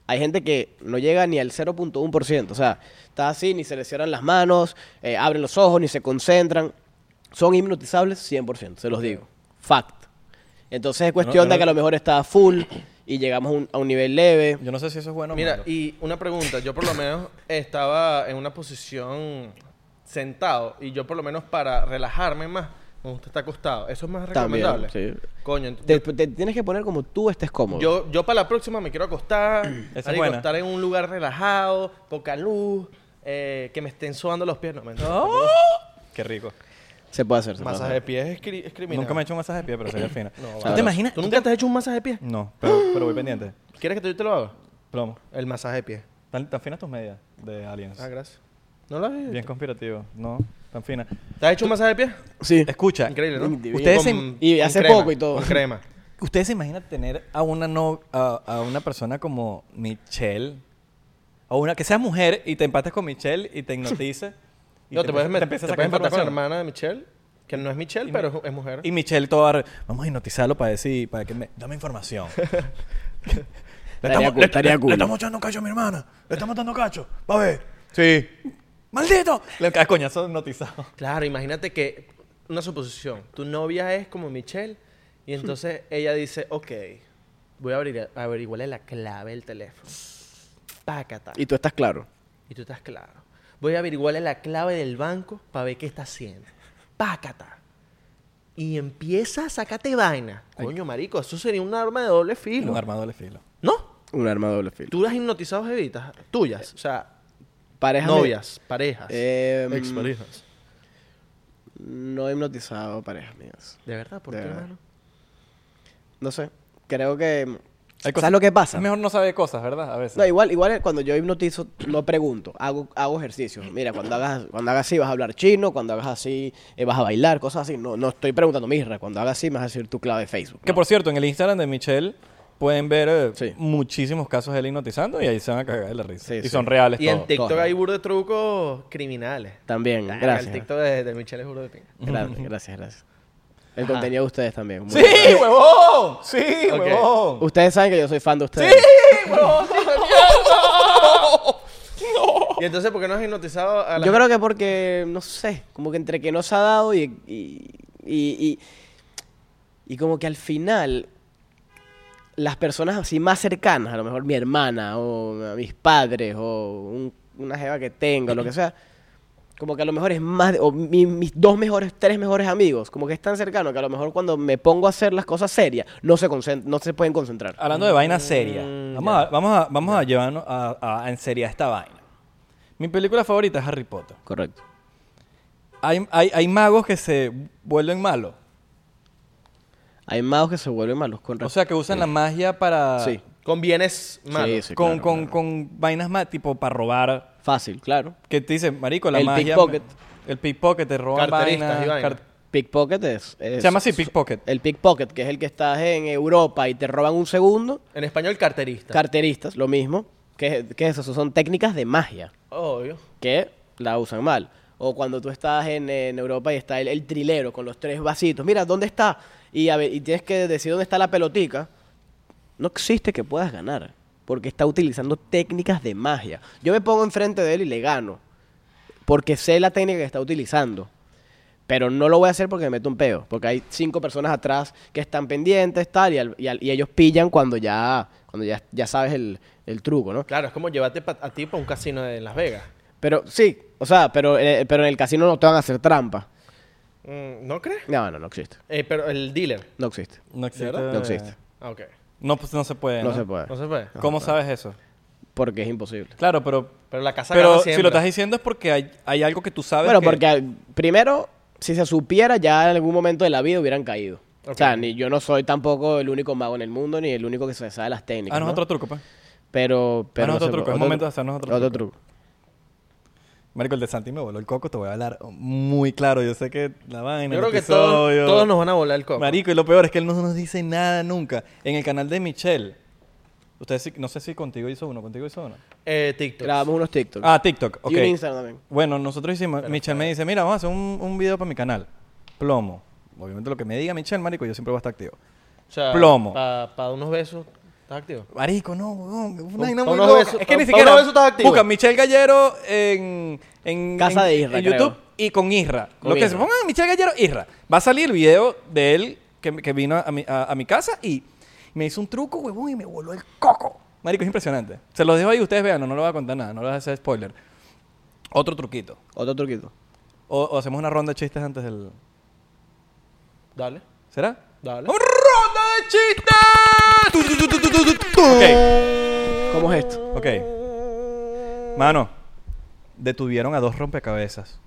S2: Hay gente que no llega ni al 0.1%, o sea, está así, ni se les cierran las manos, eh, abren los ojos, ni se concentran. Son hipnotizables 100%, se los digo. Fact. Entonces es cuestión
S3: no,
S2: de que a
S3: no.
S2: lo mejor está full y llegamos a un, a un nivel leve.
S3: Yo no sé si eso es bueno o
S1: Mira,
S3: malo.
S1: y una pregunta. Yo por lo menos estaba en una posición sentado y yo por lo menos para relajarme más, me gusta estar acostado. Eso es más
S2: También,
S1: recomendable.
S2: sí.
S1: Coño, ent-
S2: Te, te tienes que poner como tú estés cómodo.
S1: yo, yo para la próxima me quiero acostar,
S3: es
S1: marico,
S3: buena.
S1: estar en un lugar relajado, poca luz, eh, que me estén sudando los pies. No, mentira,
S3: ¡Oh! Qué rico.
S2: se puede hacer. se puede
S1: Masaje
S2: hacer.
S1: de pies es, cri- es criminal.
S3: Nunca me he hecho un masaje de pie, pero sería fino.
S1: No,
S3: ¿Tú
S1: vale.
S3: te Mm. imaginas?
S1: ¿Tú nunca te has hecho un masaje de pies?
S3: No, pero, pero voy pendiente.
S1: ¿Quieres que te- yo te lo haga?
S3: Plomo.
S1: El masaje de pies.
S3: Tan, tan finas tus medias de Aliens.
S1: Ah, gracias. ¿No lo has hecho?
S3: Bien conspirativo. No, tan finas.
S1: ¿Te has hecho un masaje de pies?
S2: Sí.
S3: Escucha.
S1: Increíble, ¿no?
S2: Divino.
S3: Ustedes
S1: Con-
S3: en-
S2: y
S1: con
S2: hace
S1: crema,
S2: poco y todo.
S1: Con crema.
S3: ¿Ustedes se imaginan tener a una, no, a, a una persona como Michelle? O una que sea mujer y te empates con Michelle y te hipnotice. y
S1: No, te, puedes,
S3: empieza-
S1: met- te
S3: empieza a
S1: puedes
S3: sacar
S1: empatar con la
S3: información.
S1: hermana de Michelle, que no es Michelle, pero es- es mujer.
S3: Y Michelle toda... re- Vamos a hipnotizarlo para decir... Para que me... Dame información.
S2: Le Estaría cool, estaría cool.
S3: echando cacho a mi hermana. Le estamos dando cacho. Va a ver. Sí. ¡Maldito! Le cae coñazo hipnotizado.
S1: Claro, imagínate que, una suposición, tu novia es como Michelle y entonces
S2: Hmm.
S1: ella dice, ok, voy a abrir, a averiguarle la clave del teléfono. Pácata.
S2: Y tú estás claro.
S1: Y tú estás claro. Voy a averiguarle la clave del banco para ver qué está haciendo. Pácata. Y empieza a sacarte vaina. Coño, marico, eso sería un arma de doble filo.
S3: Un armador de filo.
S1: ¿No?
S2: Un arma de doble filo.
S1: Tú las hipnotizado evitas, tuyas, o sea,
S2: Parejas de-
S1: novias, parejas,
S2: Em,
S1: exparejas.
S2: No he hipnotizado parejas mías.
S1: ¿De verdad? ¿Por
S2: de
S1: qué,
S2: verdad.
S1: hermano?
S2: No sé. Creo que.
S3: Hay cosas-
S2: ¿Sabes lo que pasa?
S3: Es mejor no saber cosas, ¿verdad? A veces.
S2: No, igual, igual cuando yo hipnotizo, no pregunto, hago, hago ejercicios. Mira, cuando hagas, cuando hagas así vas a hablar chino, cuando hagas así eh, vas a bailar, cosas así. No, no estoy preguntando, Mirra, cuando hagas así me vas a decir tu clave de Facebook.
S3: Que por cierto, en el Instagram de Michelle pueden ver eh,
S2: Sí.
S3: muchísimos casos de él hipnotizando y ahí se van a cagar de la risa.
S2: Sí,
S3: y
S2: sí.
S3: son reales
S1: Y en
S3: todos.
S1: TikTok
S2: todo.
S1: hay burro de trucos criminales.
S2: También,
S1: Ah, El
S2: gracias.
S1: TikTok de, de Michelle es burro de pinga.
S2: Gracias, gracias, gracias. El contenido de ustedes también. muy
S3: ¡Sí,
S2: bueno.
S3: huevón! ¡Sí,
S1: Ok.
S3: huevón!
S2: Ustedes saben que yo soy fan de ustedes.
S1: Y entonces, ¿por qué no has hipnotizado a la
S2: Yo creo que porque, no sé, como que entre que no se ha dado y, y, y, y- y como que al final las personas así más cercanas, a lo mejor mi hermana o a mis padres o un- una jeva que tenga o lo que sea, como que a lo mejor es más, o mi- mis dos mejores, tres mejores amigos, como que es tan cercano que a lo mejor cuando me pongo a hacer las cosas serias, no se, concent- no se pueden concentrar.
S3: Hablando de vaina seria, vamos, a, vamos, a, vamos a llevarnos a, a, a en serio esta vaina. Mi película favorita es Harry Potter.
S2: Correcto.
S3: Hay, hay, hay magos que se vuelven malos.
S2: Hay magos que se vuelven malos con
S3: O sea, que usan la magia para...
S2: Sí.
S1: Con bienes malos.
S2: Sí, sí,
S3: con,
S2: claro,
S3: con,
S2: claro.
S3: con vainas más, tipo para robar.
S2: Fácil, claro.
S3: Que te dicen, marico, la
S2: El
S3: magia...
S2: pickpocket.
S3: El pickpocket, te roban
S1: Carteristas
S3: vainas.
S1: y vainas.
S3: car-
S2: Pickpocket es,
S3: Se
S2: es-
S3: llama así pickpocket.
S2: El pickpocket, que es el que estás en Europa y te roban un segundo.
S1: En español, carterista.
S2: Carteristas, lo mismo. ¿Qué, qué es eso? Son técnicas de magia
S1: Obvio.
S2: que la usan mal. O cuando tú estás en, en Europa y está el, el trilero con los tres vasitos. Mira, ¿dónde está? Y, a ver, y tienes que decir dónde está la pelotica. No existe que puedas ganar. Porque está utilizando técnicas de magia. Yo me pongo enfrente de él y le gano. Porque sé la técnica que está utilizando. Pero no lo voy a hacer porque me meto un peo. Porque hay cinco personas atrás que están pendientes, tal. Y, al- y al- y ellos pillan cuando ya, cuando ya, ya sabes el, el truco, ¿no?
S1: Claro, es como llevarte pa- a ti para un casino de Las Vegas.
S2: Pero sí, o sea, pero, eh, pero en el casino no te van a hacer trampa.
S1: Mm, ¿No crees?
S2: No, no, no existe.
S1: Eh, pero el dealer.
S2: No existe.
S3: No existe.
S1: ¿Verdad?
S2: No existe.
S1: Ah, ok.
S3: No, pues, Eh, no se puede.
S2: No se puede.
S1: No se puede.
S3: ¿Cómo sabes eso?
S2: Porque es imposible.
S3: Claro, pero.
S1: Pero la casa
S3: Pero
S1: gana
S3: si lo
S1: siempre.
S3: estás diciendo es porque hay, hay algo que tú sabes.
S2: Bueno,
S3: que- Ah,
S2: porque al- primero, si se supiera, ya en algún momento de la vida hubieran caído. O sea,
S1: Ok.
S2: ni yo no soy tampoco el único mago en el mundo, ni el único que se sabe las técnicas.
S3: Haznos
S2: ¿no?
S3: otro truco, pues.
S2: Pero, pero
S3: Haznos
S2: no
S3: otro
S2: se
S3: truco,
S2: puede.
S3: es momento de hacernos otro truco.
S2: truco.
S3: Marico, el de Santi me voló el coco, te voy a hablar muy claro. Yo sé que la vaina.
S1: Yo
S3: el
S1: creo que todos,
S3: episodio-
S1: todos nos van a volar el coco.
S3: Marico, y lo peor es que él no nos dice nada nunca. En el canal de Michelle. Ustedes sí- no sé si contigo hizo uno, contigo hizo uno.
S1: Eh, TikTok.
S2: Grabamos unos TikTok.
S3: Ah, TikTok, ok.
S2: Y un Instagram también.
S3: Bueno, nosotros hicimos. Michelle me dice: Mira, vamos a hacer un, un video para mi canal. Plomo. Obviamente, lo que me diga Michelle, Marico, yo siempre voy a estar activo.
S1: O sea,
S3: Plomo.
S1: Para unos besos. ¿Estás activo?
S3: Marico, no, weón. Una
S1: Pa-
S3: vaina
S1: pa'
S3: muy
S1: unos
S3: loca.
S1: besos-
S3: es
S1: pa-
S3: que ni
S1: pa'
S3: siquiera.
S1: unos besos estás activo.
S3: Busca Michelle Gallero en. en
S2: Casa
S3: en-
S2: de Isra,
S3: En YouTube
S2: creo.
S3: y con Isra.
S2: Con
S3: Lo que
S2: Isra.
S3: se pongan Michelle Gallero, Isra. Va a salir el video de él que, que vino a mi, a- a mi casa y me hizo un truco, huevón, y me voló el coco. Marico, es impresionante. Se los dejo ahí, ustedes vean, no, no les voy a contar nada, no les voy a hacer spoiler. Otro truquito.
S2: Otro truquito.
S3: O, o hacemos una ronda de chistes antes del.
S1: Dale.
S3: ¿Será?
S1: Dale.
S3: ¡Una ronda de chistes! Tu, tu, tu, tu, tu, tu, tu. Ok.
S2: ¿Cómo es esto?
S3: Ok. Mano, detuvieron a dos rompecabezas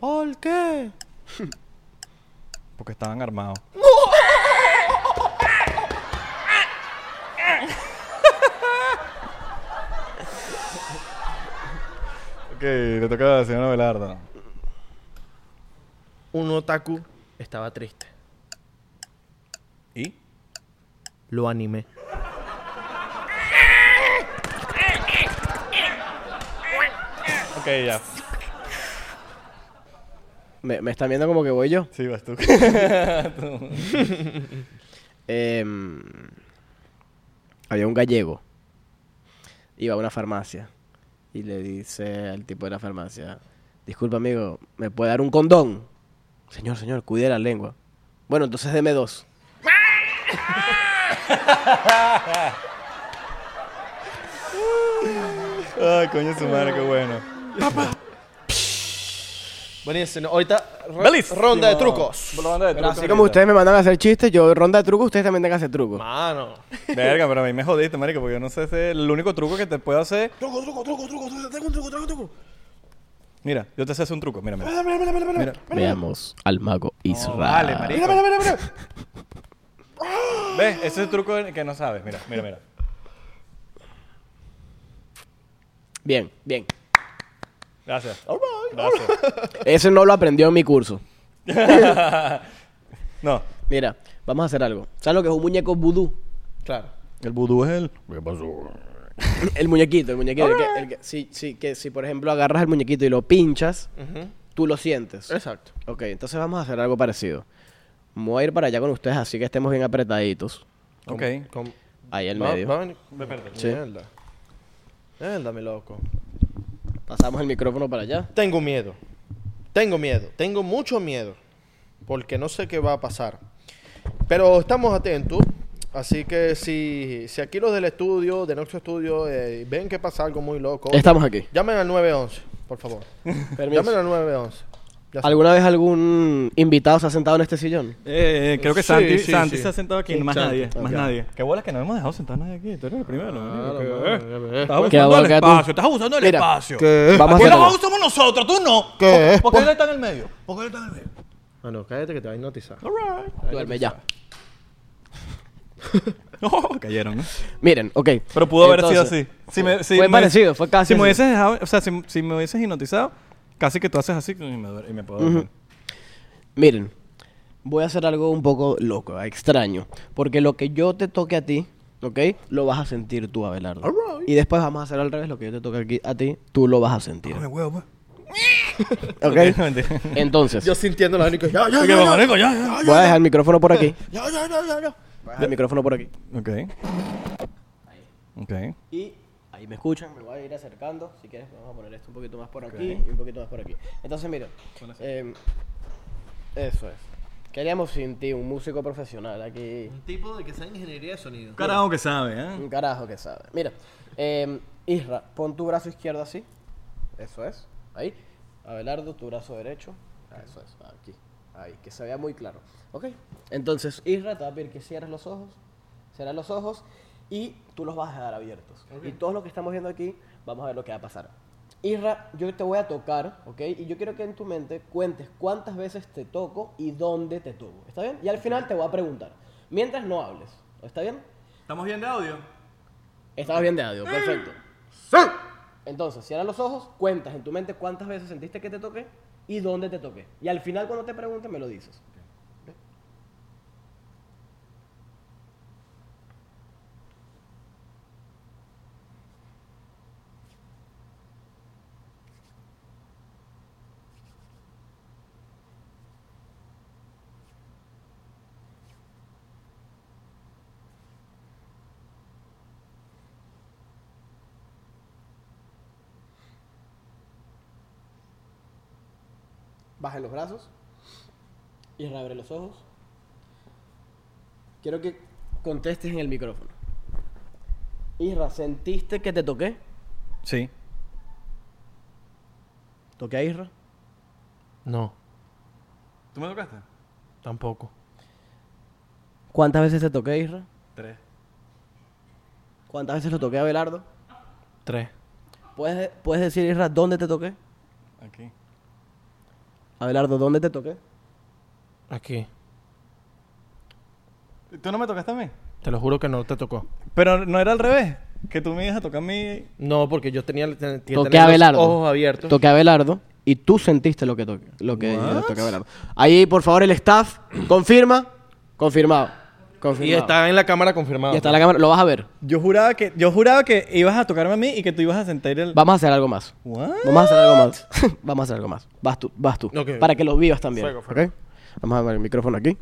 S1: ¿Por qué?
S3: porque estaban armados. ok, le toca a la señora Velarda.
S1: Un otaku estaba triste.
S3: ¿Y?
S1: lo animé.
S4: Ok, ya.
S2: Me, me están viendo como que voy yo.
S4: Sí, vas tú.
S2: Em, había un gallego. Iba a una farmacia. Y le dice al tipo de la farmacia: Disculpa, amigo, ¿me puede dar un condón? Señor, señor, cuide la lengua. Bueno, entonces deme dos.
S4: Ay, coño, su madre, qué bueno.
S1: Buenísimo. Ahorita, ro-
S4: Belísimo.
S1: ronda de trucos.
S4: Blonda de
S2: Pero
S4: truco.
S2: así como ustedes me mandan a hacer chistes, yo ronda de trucos, ustedes también tengan que hacer trucos.
S1: Mano.
S4: Verga, pero a mí me jodiste, marico, porque yo no sé si el único truco que te puedo hacer. Truco, truco, truco, truco, truco, truco, truco, truco. Mira, yo te sé hacer un truco, mira, mira. Mira,
S2: Veamos al mago Israel.
S4: vale, marico. ¿Ves? Ese es el truco que no sabes. Mira, mira, mira.
S2: Bien, bien.
S4: Gracias. Gracias.
S2: Eso no lo aprendió en mi curso.
S4: No.
S2: Mira, vamos a hacer algo. ¿Sabes lo que es un muñeco vudú?
S1: Claro.
S3: El vudú es el... ¿Qué pasó?
S2: El muñequito, el muñequito. el que, el que- sí, sí, que si por ejemplo agarras el muñequito y lo pinchas,
S1: Ujú.
S2: tú lo sientes.
S1: Exacto.
S2: Ok, entonces vamos a hacer algo parecido. Voy a ir para allá con ustedes, así que estemos bien apretaditos.
S4: Ok.
S3: Eh,
S1: Con-
S2: Ahí al
S1: va-
S2: medio.
S1: va a venir-
S2: Sí.
S1: Mierda. Mierda, mi loco.
S2: Pasamos el micrófono para allá.
S1: Tengo miedo. Tengo miedo. Tengo mucho miedo. Porque no sé qué va a pasar. Pero estamos atentos. Así que si, si aquí los del estudio, de nuestro estudio, eh, ven que pasa algo muy loco.
S2: Estamos aquí.
S1: Llamen al 911, por favor.
S2: Permiso.
S1: Llamen al 911. Ya está.
S2: ¿Alguna vez algún invitado se ha sentado en este sillón?
S3: Eh, eh, creo que
S1: Sí,
S3: Santi,
S1: sí,
S3: Santi
S1: sí.
S3: se ha sentado aquí,
S1: Sí,
S3: más
S1: Santi.
S3: nadie, más
S1: Ok.
S3: nadie.
S4: Qué bola que no hemos dejado sentar a nadie aquí. Tú eres el primero. marico, que-
S3: Estás
S2: ¿Qué
S3: abusando del
S2: abogado tú?
S3: espacio, estás abusando del
S2: Mira,
S3: espacio.
S1: ¿Qué?
S2: Vamos a
S3: Aquí
S2: hacer
S3: los
S2: algo. Pues-
S3: abusamos nosotros, tú no.
S1: ¿Qué?
S3: ¿Por, por qué él está en el medio? ¿Por qué él está en el medio?
S1: Bueno, cállate que te va a hipnotizar.
S2: Duerme ya.
S3: No, cayeron, ¿no?
S2: Miren, ok.
S4: Pero pudo haber sido
S2: Entonces,
S4: así. Si me- si
S2: fue
S4: me-
S2: parecido, fue casi
S4: Si me
S2: así.
S4: hubieses dejado, o sea, si, si me hubieses hipnotizado, casi que tú haces así y me, duer- y me puedo dormir.
S2: Miren, voy a hacer algo un poco loco, extraño. Porque lo que yo te toque a ti, ¿ok? Lo vas a sentir tú, Abelardo. Y después vamos a hacer al revés, lo que yo te toque aquí a ti, tú lo vas a sentir.
S3: Me huevo, pues.
S2: ¿Ok? Entonces,
S1: Yo sintiendo la única. Ya, ya,
S3: Ok,
S4: pues,
S1: ya,
S3: marico, ya, ya.
S2: voy a dejar el micrófono por aquí.
S1: ya, ya, ya, ya, ya.
S2: Voy a dejar el micrófono por aquí.
S4: Ok. Ok.
S2: Y ahí me escuchan, me voy a ir acercando. Si quieres, vamos a poner esto un poquito más por aquí y un poquito más por aquí. Entonces, mira, eh, eso es. Queríamos sin ti un músico profesional aquí.
S1: Un tipo de que sea ingeniería de sonido.
S3: Carajo que sabe, ¿eh?
S2: Un carajo que sabe. Mira, eh, Isra, pon tu brazo izquierdo así. Eso es. Ahí. Abelardo, tu brazo derecho. Ah, Eso es. Aquí. Ahí. Que se vea muy claro. Ok. Entonces, Isra, te va a pedir que cierres los ojos. Cierras los ojos y tú los vas a dejar abiertos. Y todo lo que estamos viendo aquí, vamos a ver lo que va a pasar. Isra, yo te voy a tocar, ¿ok? Y yo quiero que en tu mente cuentes cuántas veces te toco y dónde te toco. ¿Está bien? Y al final te voy a preguntar. Mientras no hables. ¿Está bien?
S3: ¿Estamos bien de audio?
S2: Estabas bien de audio, perfecto. Entonces, cierra los ojos, cuentas en tu mente cuántas veces sentiste que te toqué y dónde te toqué. Y al final, cuando te pregunten, me lo dices. Bajen los brazos y reabre los ojos. Quiero que contestes en el micrófono. Isra, ¿sentiste que te toqué?
S4: Sí.
S2: ¿Toqué a Isra?
S1: No,
S4: ¿Tú me tocaste?
S1: tampoco.
S2: ¿Cuántas veces te toqué a Isra?
S4: Tres.
S2: ¿Cuántas veces lo toqué a Belardo?
S1: Tres.
S2: ¿Puedes, ¿Puedes decir, Isra, dónde te toqué?
S4: Aquí.
S2: Abelardo, ¿dónde te toqué?
S1: Aquí.
S4: ¿Tú no me tocaste a mí?
S1: Te lo juro que no te tocó.
S4: Pero no era al revés. Que tú me ibas a tocar a mí.
S1: No, porque yo tenía, ten- tenía
S2: Toqué
S1: tener
S2: a Abelardo.
S1: los ojos abiertos.
S2: Toqué a Belardo y tú sentiste lo que toqué, lo que yo toqué a Abelardo. Ahí, por favor, el staff confirma. Confirmado.
S1: Y
S2: Confirmado.
S1: está en la cámara confirmado.
S2: Y está la cámara. Lo vas a ver.
S3: Yo juraba que, yo juraba que ibas a tocarme a mí y que tú ibas a sentir el.
S2: Vamos a hacer algo más.
S3: What?
S2: Vamos a hacer algo más. Vamos a hacer algo más. Vas tú, vas tú.
S1: Ok.
S2: Para que lo vivas también.
S1: Fuego, fuego.
S2: ¿ok? Vamos a ver el micrófono aquí.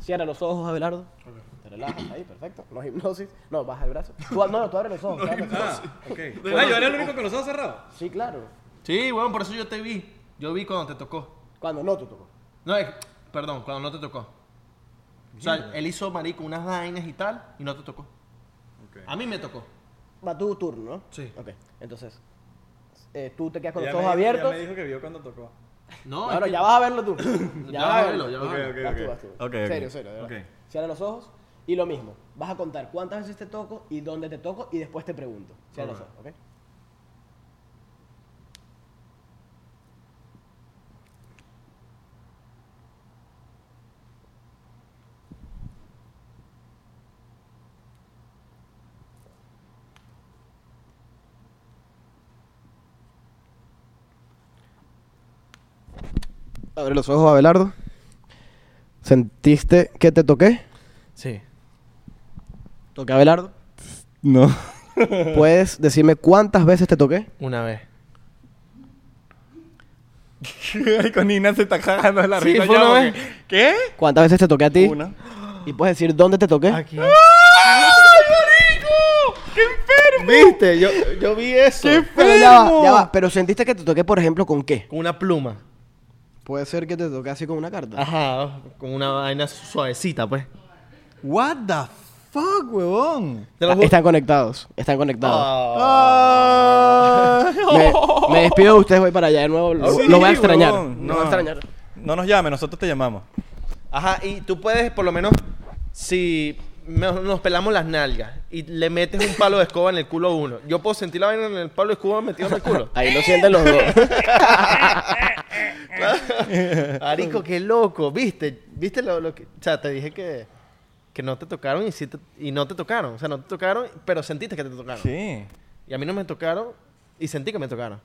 S2: Cierra los ojos, Abelardo. Te relajas ahí, perfecto. No es hipnosis. No, baja el brazo. Tú, no, no, tú abres los ojos. tú abres los ojos.
S3: Ah, yo era el único con los ojos
S1: Ah.
S3: cerrados.
S2: Sí, claro.
S1: Sí, bueno, por eso yo te vi. Yo vi cuando te tocó.
S2: Cuando no te tocó.
S1: No, es- perdón, cuando no te tocó. O sea, él hizo marico unas vainas y tal, y no te tocó. A mí me tocó.
S2: Va tu turno, ¿no?
S1: Sí.
S2: Ok. Entonces, eh, tú te quedas con los ojos abiertos.
S3: dijo que vio cuando tocó.
S1: No, eh. es
S2: Ahora,
S1: que-
S2: ya vas a verlo tú.
S1: Ya vas a verlo, ya vas a verlo.
S2: Vas tú, vas tú.
S6: Ok, ok.
S2: Serio, serio. de verdad.
S6: Ok.
S2: Cierra los ojos y lo mismo. Vas a contar cuántas veces te toco y dónde te toco y después te pregunto. Cierra los ojos, ¿ok? Abre los ojos, Abelardo. ¿Sentiste que te toqué?
S1: Sí.
S2: Toqué a Abelardo.
S3: No.
S2: ¿Puedes decirme cuántas veces te toqué?
S1: Una vez.
S3: Ay, con Nina se está cagando de la
S1: Sí,
S3: risa
S1: fue
S3: ya,
S1: una
S3: porque-
S1: vez.
S3: ¿Qué?
S2: ¿Cuántas veces te toqué a ti?
S3: Una.
S2: ¿Y puedes decir dónde te toqué?
S1: Aquí.
S3: ¡Qué enfermo!
S1: ¿Viste? Yo, yo vi eso.
S3: ¡Qué
S2: Pero ya va, ya
S3: enfermo!
S2: va. Pero sentiste que te toqué, por ejemplo, ¿con qué?
S1: Con una pluma.
S2: Puede ser que te toqué así con una carta.
S1: Ajá, con una vaina suavecita, pues.
S3: What the fuck, huevón.
S1: Te lo juro.
S2: Están conectados, están conectados.
S1: Ah.
S3: Ah.
S2: Me, me despido de ustedes, voy para allá de nuevo. Lo,
S3: Sí,
S2: lo voy a extrañar.
S3: huevón,
S2: Lo voy a extrañar.
S3: No nos llame, nosotros te llamamos.
S1: Ajá, y tú puedes, por lo menos, si me- nos pelamos las nalgas y le metes un palo de escoba en el culo a uno, yo puedo sentir la vaina en el palo de escoba metido en el culo.
S2: Ahí lo sienten los dos.
S1: Arico, qué loco, ¿viste? ¿Viste lo, lo que...? O sea, te dije que, que no te tocaron y, sí te- y no te tocaron. O sea, no te tocaron, pero sentiste que te tocaron.
S3: Sí.
S1: Y a mí no me tocaron y sentí que me tocaron.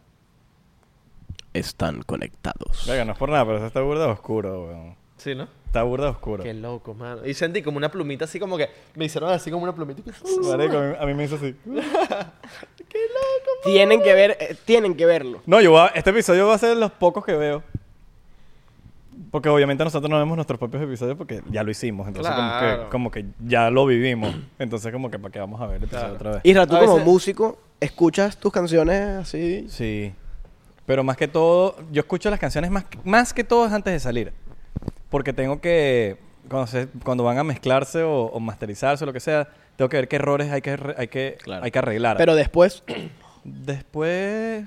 S2: están conectados.
S3: Venga, no es por nada, pero eso está burda de oscuro, huevón.
S1: ¿Sí, no?
S3: Está burda de oscuro.
S1: Qué loco, mano. Y sentí como una plumita así como que... Me hicieron así como una plumita. y que-
S3: Marico, a mí- a mí me hizo así.
S2: Tienen que ver, eh, tienen que verlo.
S3: No, yo voy a- este episodio va a ser de los pocos que veo. Porque obviamente nosotros no vemos nuestros propios episodios porque ya lo hicimos. Entonces,
S1: Claro.
S3: como, que, como que ya lo vivimos. Entonces, como que para qué vamos a ver el episodio otra vez.
S2: Isra, tú
S1: A
S2: como
S1: veces-
S2: músico, escuchas tus canciones así.
S3: Sí. Pero más que todo, yo escucho las canciones más, más que todo es antes de salir. Porque tengo que, cuando, se- cuando van a mezclarse o, o masterizarse o lo que sea, tengo que ver qué errores hay que, re- hay que,
S2: Claro.
S3: hay que arreglar.
S2: Pero después,
S3: después,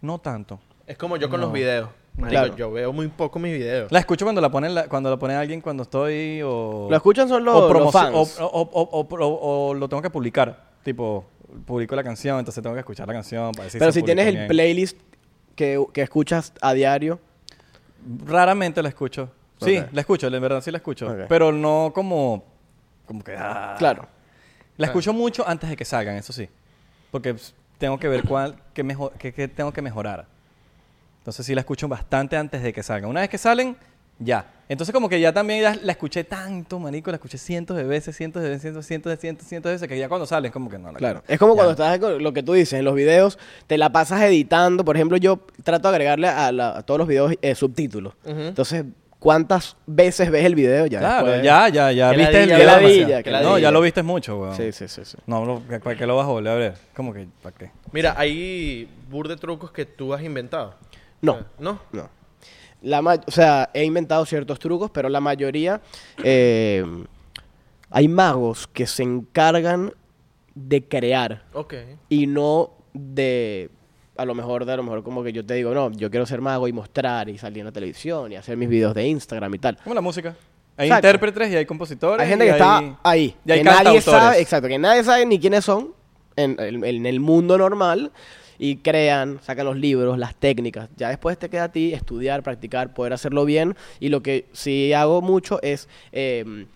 S3: no tanto.
S1: Es como yo con
S3: No.
S1: los videos. Marico,
S2: Claro.
S1: Yo veo muy poco mis videos.
S3: La escucho cuando la pone, la- cuando la pone alguien cuando estoy o...
S2: lo escuchan son los,
S3: o,
S2: los
S3: promocio-
S2: fans.
S3: o- o- o- o- o- o lo tengo que publicar. Tipo, publico la canción, entonces tengo que escuchar la canción para decir
S2: Pero
S3: se
S2: si tienes
S3: publicó
S2: el
S3: bien.
S2: playlist que, que escuchas a diario,
S3: Raramente la escucho. Sí,
S2: Ok.
S3: la escucho, en verdad sí la escucho.
S2: Ok.
S3: Pero no como... Como que... ah.
S2: claro.
S3: La escucho mucho antes de que salgan, eso sí. Porque pues, tengo que ver cuál... Qué, mejor, qué, qué tengo que mejorar. Entonces sí la escucho bastante antes de que salgan. Una vez que salen, ya. Entonces como que ya también ya la escuché tanto, marico. La escuché cientos de veces, cientos de veces, cientos, cientos de cientos, cientos de veces. Que ya cuando salen como que no la
S2: Claro. Es como cuando estás con lo que tú dices en los videos, te la pasas editando. Por ejemplo, yo trato de agregarle a, la- a todos los videos eh, subtítulos. Entonces, ¿cuántas veces ves el video ya?
S3: Claro,
S2: después?
S3: ya, ya, ya
S1: Que
S3: viste el
S1: ladilla,
S3: video.
S2: que
S3: demasiado.
S2: ladilla, que
S3: No,
S2: ladilla.
S3: ya lo viste mucho, weón.
S2: Sí, sí, sí, sí.
S3: No, no, ¿para qué lo vas a volver a ver? Como que, ¿para qué?
S1: Mira, hay bur de trucos que tú has inventado.
S2: No,
S1: ¿No?
S2: no. La ma- o sea, he inventado ciertos trucos, pero la mayoría. eh, hay magos que se encargan de crear
S1: Ok.
S2: y no de a lo mejor de a lo mejor como que yo te digo no yo quiero ser mago y mostrar y salir en la televisión y hacer mis videos de Instagram y tal
S3: Como la música. Hay
S2: Exacto.
S3: intérpretes y hay compositores.
S2: hay gente
S3: y
S2: que está ahí
S3: Y hay
S2: que nadie
S3: cantautores.
S2: sabe exacto que nadie sabe ni quiénes son en, en- en el mundo normal y crean sacan los libros las técnicas ya después te queda a ti estudiar practicar poder hacerlo bien y lo que sí hago mucho es eh,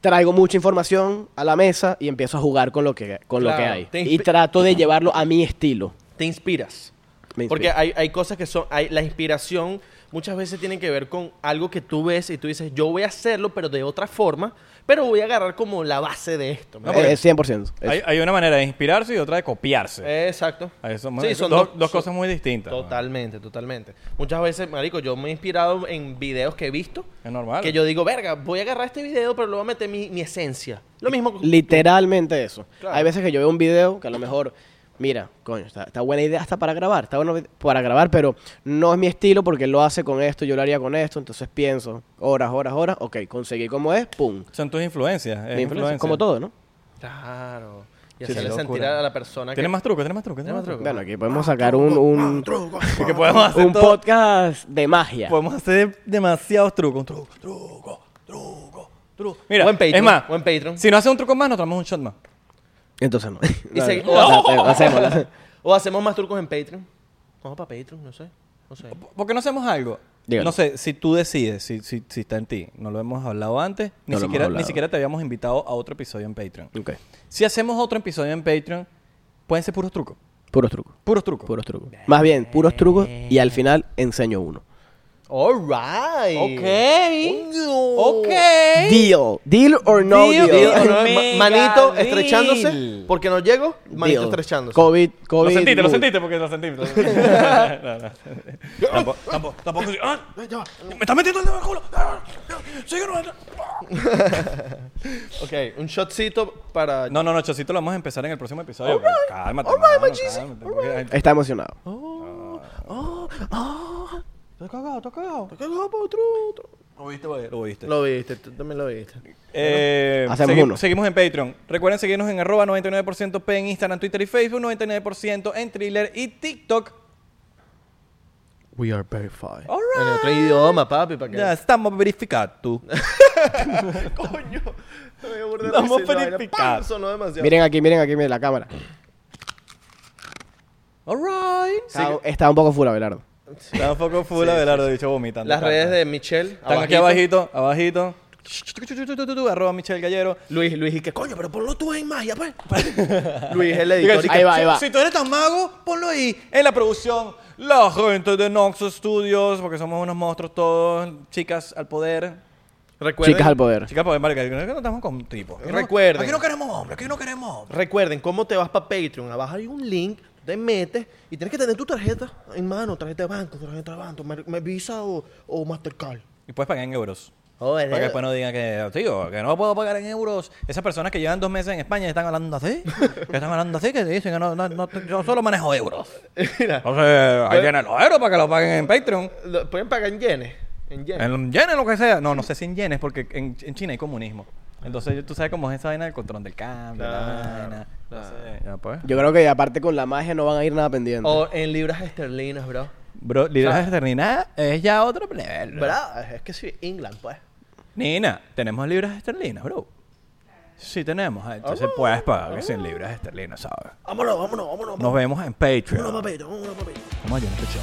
S2: Traigo mucha información a la mesa y empiezo a jugar con lo que, con lo que
S1: Claro,
S2: hay.
S1: te
S2: Y
S1: inspi-
S2: trato de llevarlo a mi estilo.
S1: Te inspiras.
S2: Me inspira.
S1: Porque hay, hay cosas que son. Hay, la inspiración muchas veces tiene que ver con algo que tú ves y tú dices, yo voy a hacerlo, pero de otra forma, pero voy a agarrar como la base de esto.
S3: Ah,
S1: ¿me
S2: Eh,
S1: entiendes?
S2: es 100%. es-
S3: Hay, hay una manera de inspirarse y otra de copiarse.
S1: Eh, Exacto.
S3: Ah, eso,
S1: Sí,
S3: eso-
S1: son
S3: dos,
S1: dos-
S3: dos
S1: son-
S3: cosas muy distintas. ¿no?
S1: Totalmente, totalmente. Muchas veces, marico, yo me he inspirado en videos que he visto.
S3: Es normal.
S1: Que yo digo, verga, voy a agarrar este video, pero luego voy a meter mi, mi esencia. Lo mismo con-
S2: Literalmente eso.
S1: Claro.
S2: Hay veces que yo veo un video que a lo mejor, mira, coño, está, está buena idea hasta para grabar, está bueno para grabar, pero no es mi estilo porque él lo hace con esto, yo lo haría con esto, entonces pienso horas, horas, horas, ok, conseguí como es, pum.
S3: Son tus influencias.
S2: Mi
S3: es
S2: influencia,
S3: influencia.
S2: Como todo, ¿no?
S1: Claro. Y
S3: Sí,
S1: hacerle
S3: sí,
S1: sentir
S3: locura.
S1: a la persona que...
S3: Tienes más trucos, tienes más trucos.
S1: ¿Tienes más trucos?
S2: Bueno, aquí podemos sacar un, un,
S3: Porque podemos hacer
S2: un
S3: todo- Pues-
S2: podcast de magia.
S3: Podemos hacer demasiados trucos. Un truco, truco, truco, truco. Mira,
S1: Buen Patreon,
S3: es más,
S1: buen Patreon.
S3: si no hace un truco más, nos tomamos un shot más.
S2: Entonces no.
S1: Y se-
S2: No, no, no, lo hacemos, lo hacemos.
S1: O hacemos más trucos en Patreon. Vamos para Patreon, no sé. No sé.
S3: ¿Por qué no hacemos algo?
S2: Dígalo.
S3: No sé, si tú decides, si, si, si está en ti, no lo hemos hablado antes, ni,
S2: No lo hemos
S3: siquiera,
S2: hablado.
S3: ni siquiera te habíamos invitado a otro episodio en Patreon.
S2: Ok.
S3: Si hacemos otro episodio en Patreon, pueden ser puros trucos.
S2: Puros trucos.
S3: Puros trucos.
S2: Puros trucos. Más bien, puros trucos y al final enseño uno.
S1: All right.
S3: Ok.
S1: Oh,
S3: Ok.
S2: Deal. Deal or no
S3: Deal.
S2: deal.
S1: Digo,
S3: Dios.
S1: no,
S3: Mega
S1: ma- manito
S3: deal.
S1: estrechándose. Porque no llego, manito
S2: Deal.
S1: estrechándose.
S2: COVID, COVID.
S3: Lo sentiste, lo
S2: mood.
S3: sentiste porque lo sentiste. No, no. Tampo- tampo- Tampoco. ¡Ah! ¡Me estás metiendo el dedo en el culo! ¡Ah! ¡Sigue, no, no!
S1: Ok, un shotcito para...
S3: No, no, no, Chocito, lo vamos a empezar en el próximo episodio. Cálmate.
S1: All right,
S3: hermano,
S1: my Jesus.
S3: cálmate, porque hay-
S2: Está emocionado.
S3: Estoy cagado, estoy cagado. Lo viste, güey, lo viste.
S1: Lo viste, tú también lo viste.
S3: Eh,
S2: Hacemos
S3: segui-
S2: uno.
S3: Seguimos en Patreon. Recuerden seguirnos en arroba 99% P en Instagram, Twitter y Facebook, 99% en Thriller y TikTok.
S1: We are verified.
S3: All
S1: En
S3: right.
S1: otro idioma, papi, para que...
S3: Ya estamos verificados.
S1: Coño. Me dio burda de
S3: Estamos
S1: risa y la vaina,
S3: verificados.
S1: ¡pam! Sonó demasiado.
S2: Miren aquí, miren aquí, miren la cámara.
S3: All right.
S2: Está, está un poco full, Abelardo.
S3: Está un poco full, Abelardo, dicho vomitando.
S1: Las redes de Michelle.
S3: Están aquí abajito, abajito. Arroba Michelle Gallero.
S1: Luis, Luis, y que coño, pero ponlo tú en magia, pues. Luis, el editor. y
S2: Ahí
S1: que-
S2: va, ahí va.
S3: Si, si tú eres tan mago, ponlo ahí. En la producción, la gente de Nox Studios, porque somos unos monstruos todos, chicas al poder.
S1: Ah, Recuerden,
S2: Chicas al poder.
S3: Chicas al poder, marica, que no estamos con tipos. Aquí no-
S1: Recuerden.
S3: Aquí no queremos hombres, aquí no queremos hombres.
S1: recuerden, ¿cómo te vas para Patreon? Abajo hay un link, te metes y tienes que tener tu tarjeta en mano, tarjeta de banco, tarjeta de banco, me, me Visa o, o Mastercard.
S3: Y puedes pagar en euros.
S1: Joder,
S3: Para que
S1: eh.
S3: después no digan que, tío, que no puedo pagar en euros. Esas personas que llevan dos meses en España y están hablando así. que están hablando así, que dicen que no, no, no- yo solo manejo euros.
S1: Mira,
S3: Entonces, ahí tienen los euros para que los paguen en Patreon.
S1: lo- pueden pagar en yenes. En yenes.
S3: En yenes, lo que sea. No, no sé si en yenes, porque en, en China hay comunismo. Entonces, tú sabes cómo es esa vaina del control del cambio, la vaina. Entonces, ya pues.
S2: Yo creo que aparte con la magia no van a ir nada pendiente.
S1: O en libras esterlinas, bro.
S3: Bro, liderazgo esterlina es ya otro nivel.
S1: Bro, es que sí, England, pues.
S3: Nina, tenemos libras esterlinas, bro. Sí tenemos. ah, Entonces puedes pagar que sin libras esterlinas, ¿sabes?
S1: Vámonos, vámonos, vámonos.
S3: Nos vemos en
S1: Vámonos,
S3: Patreon.
S1: papito, vámonos, papito.
S3: Vamos a Jonathan Show.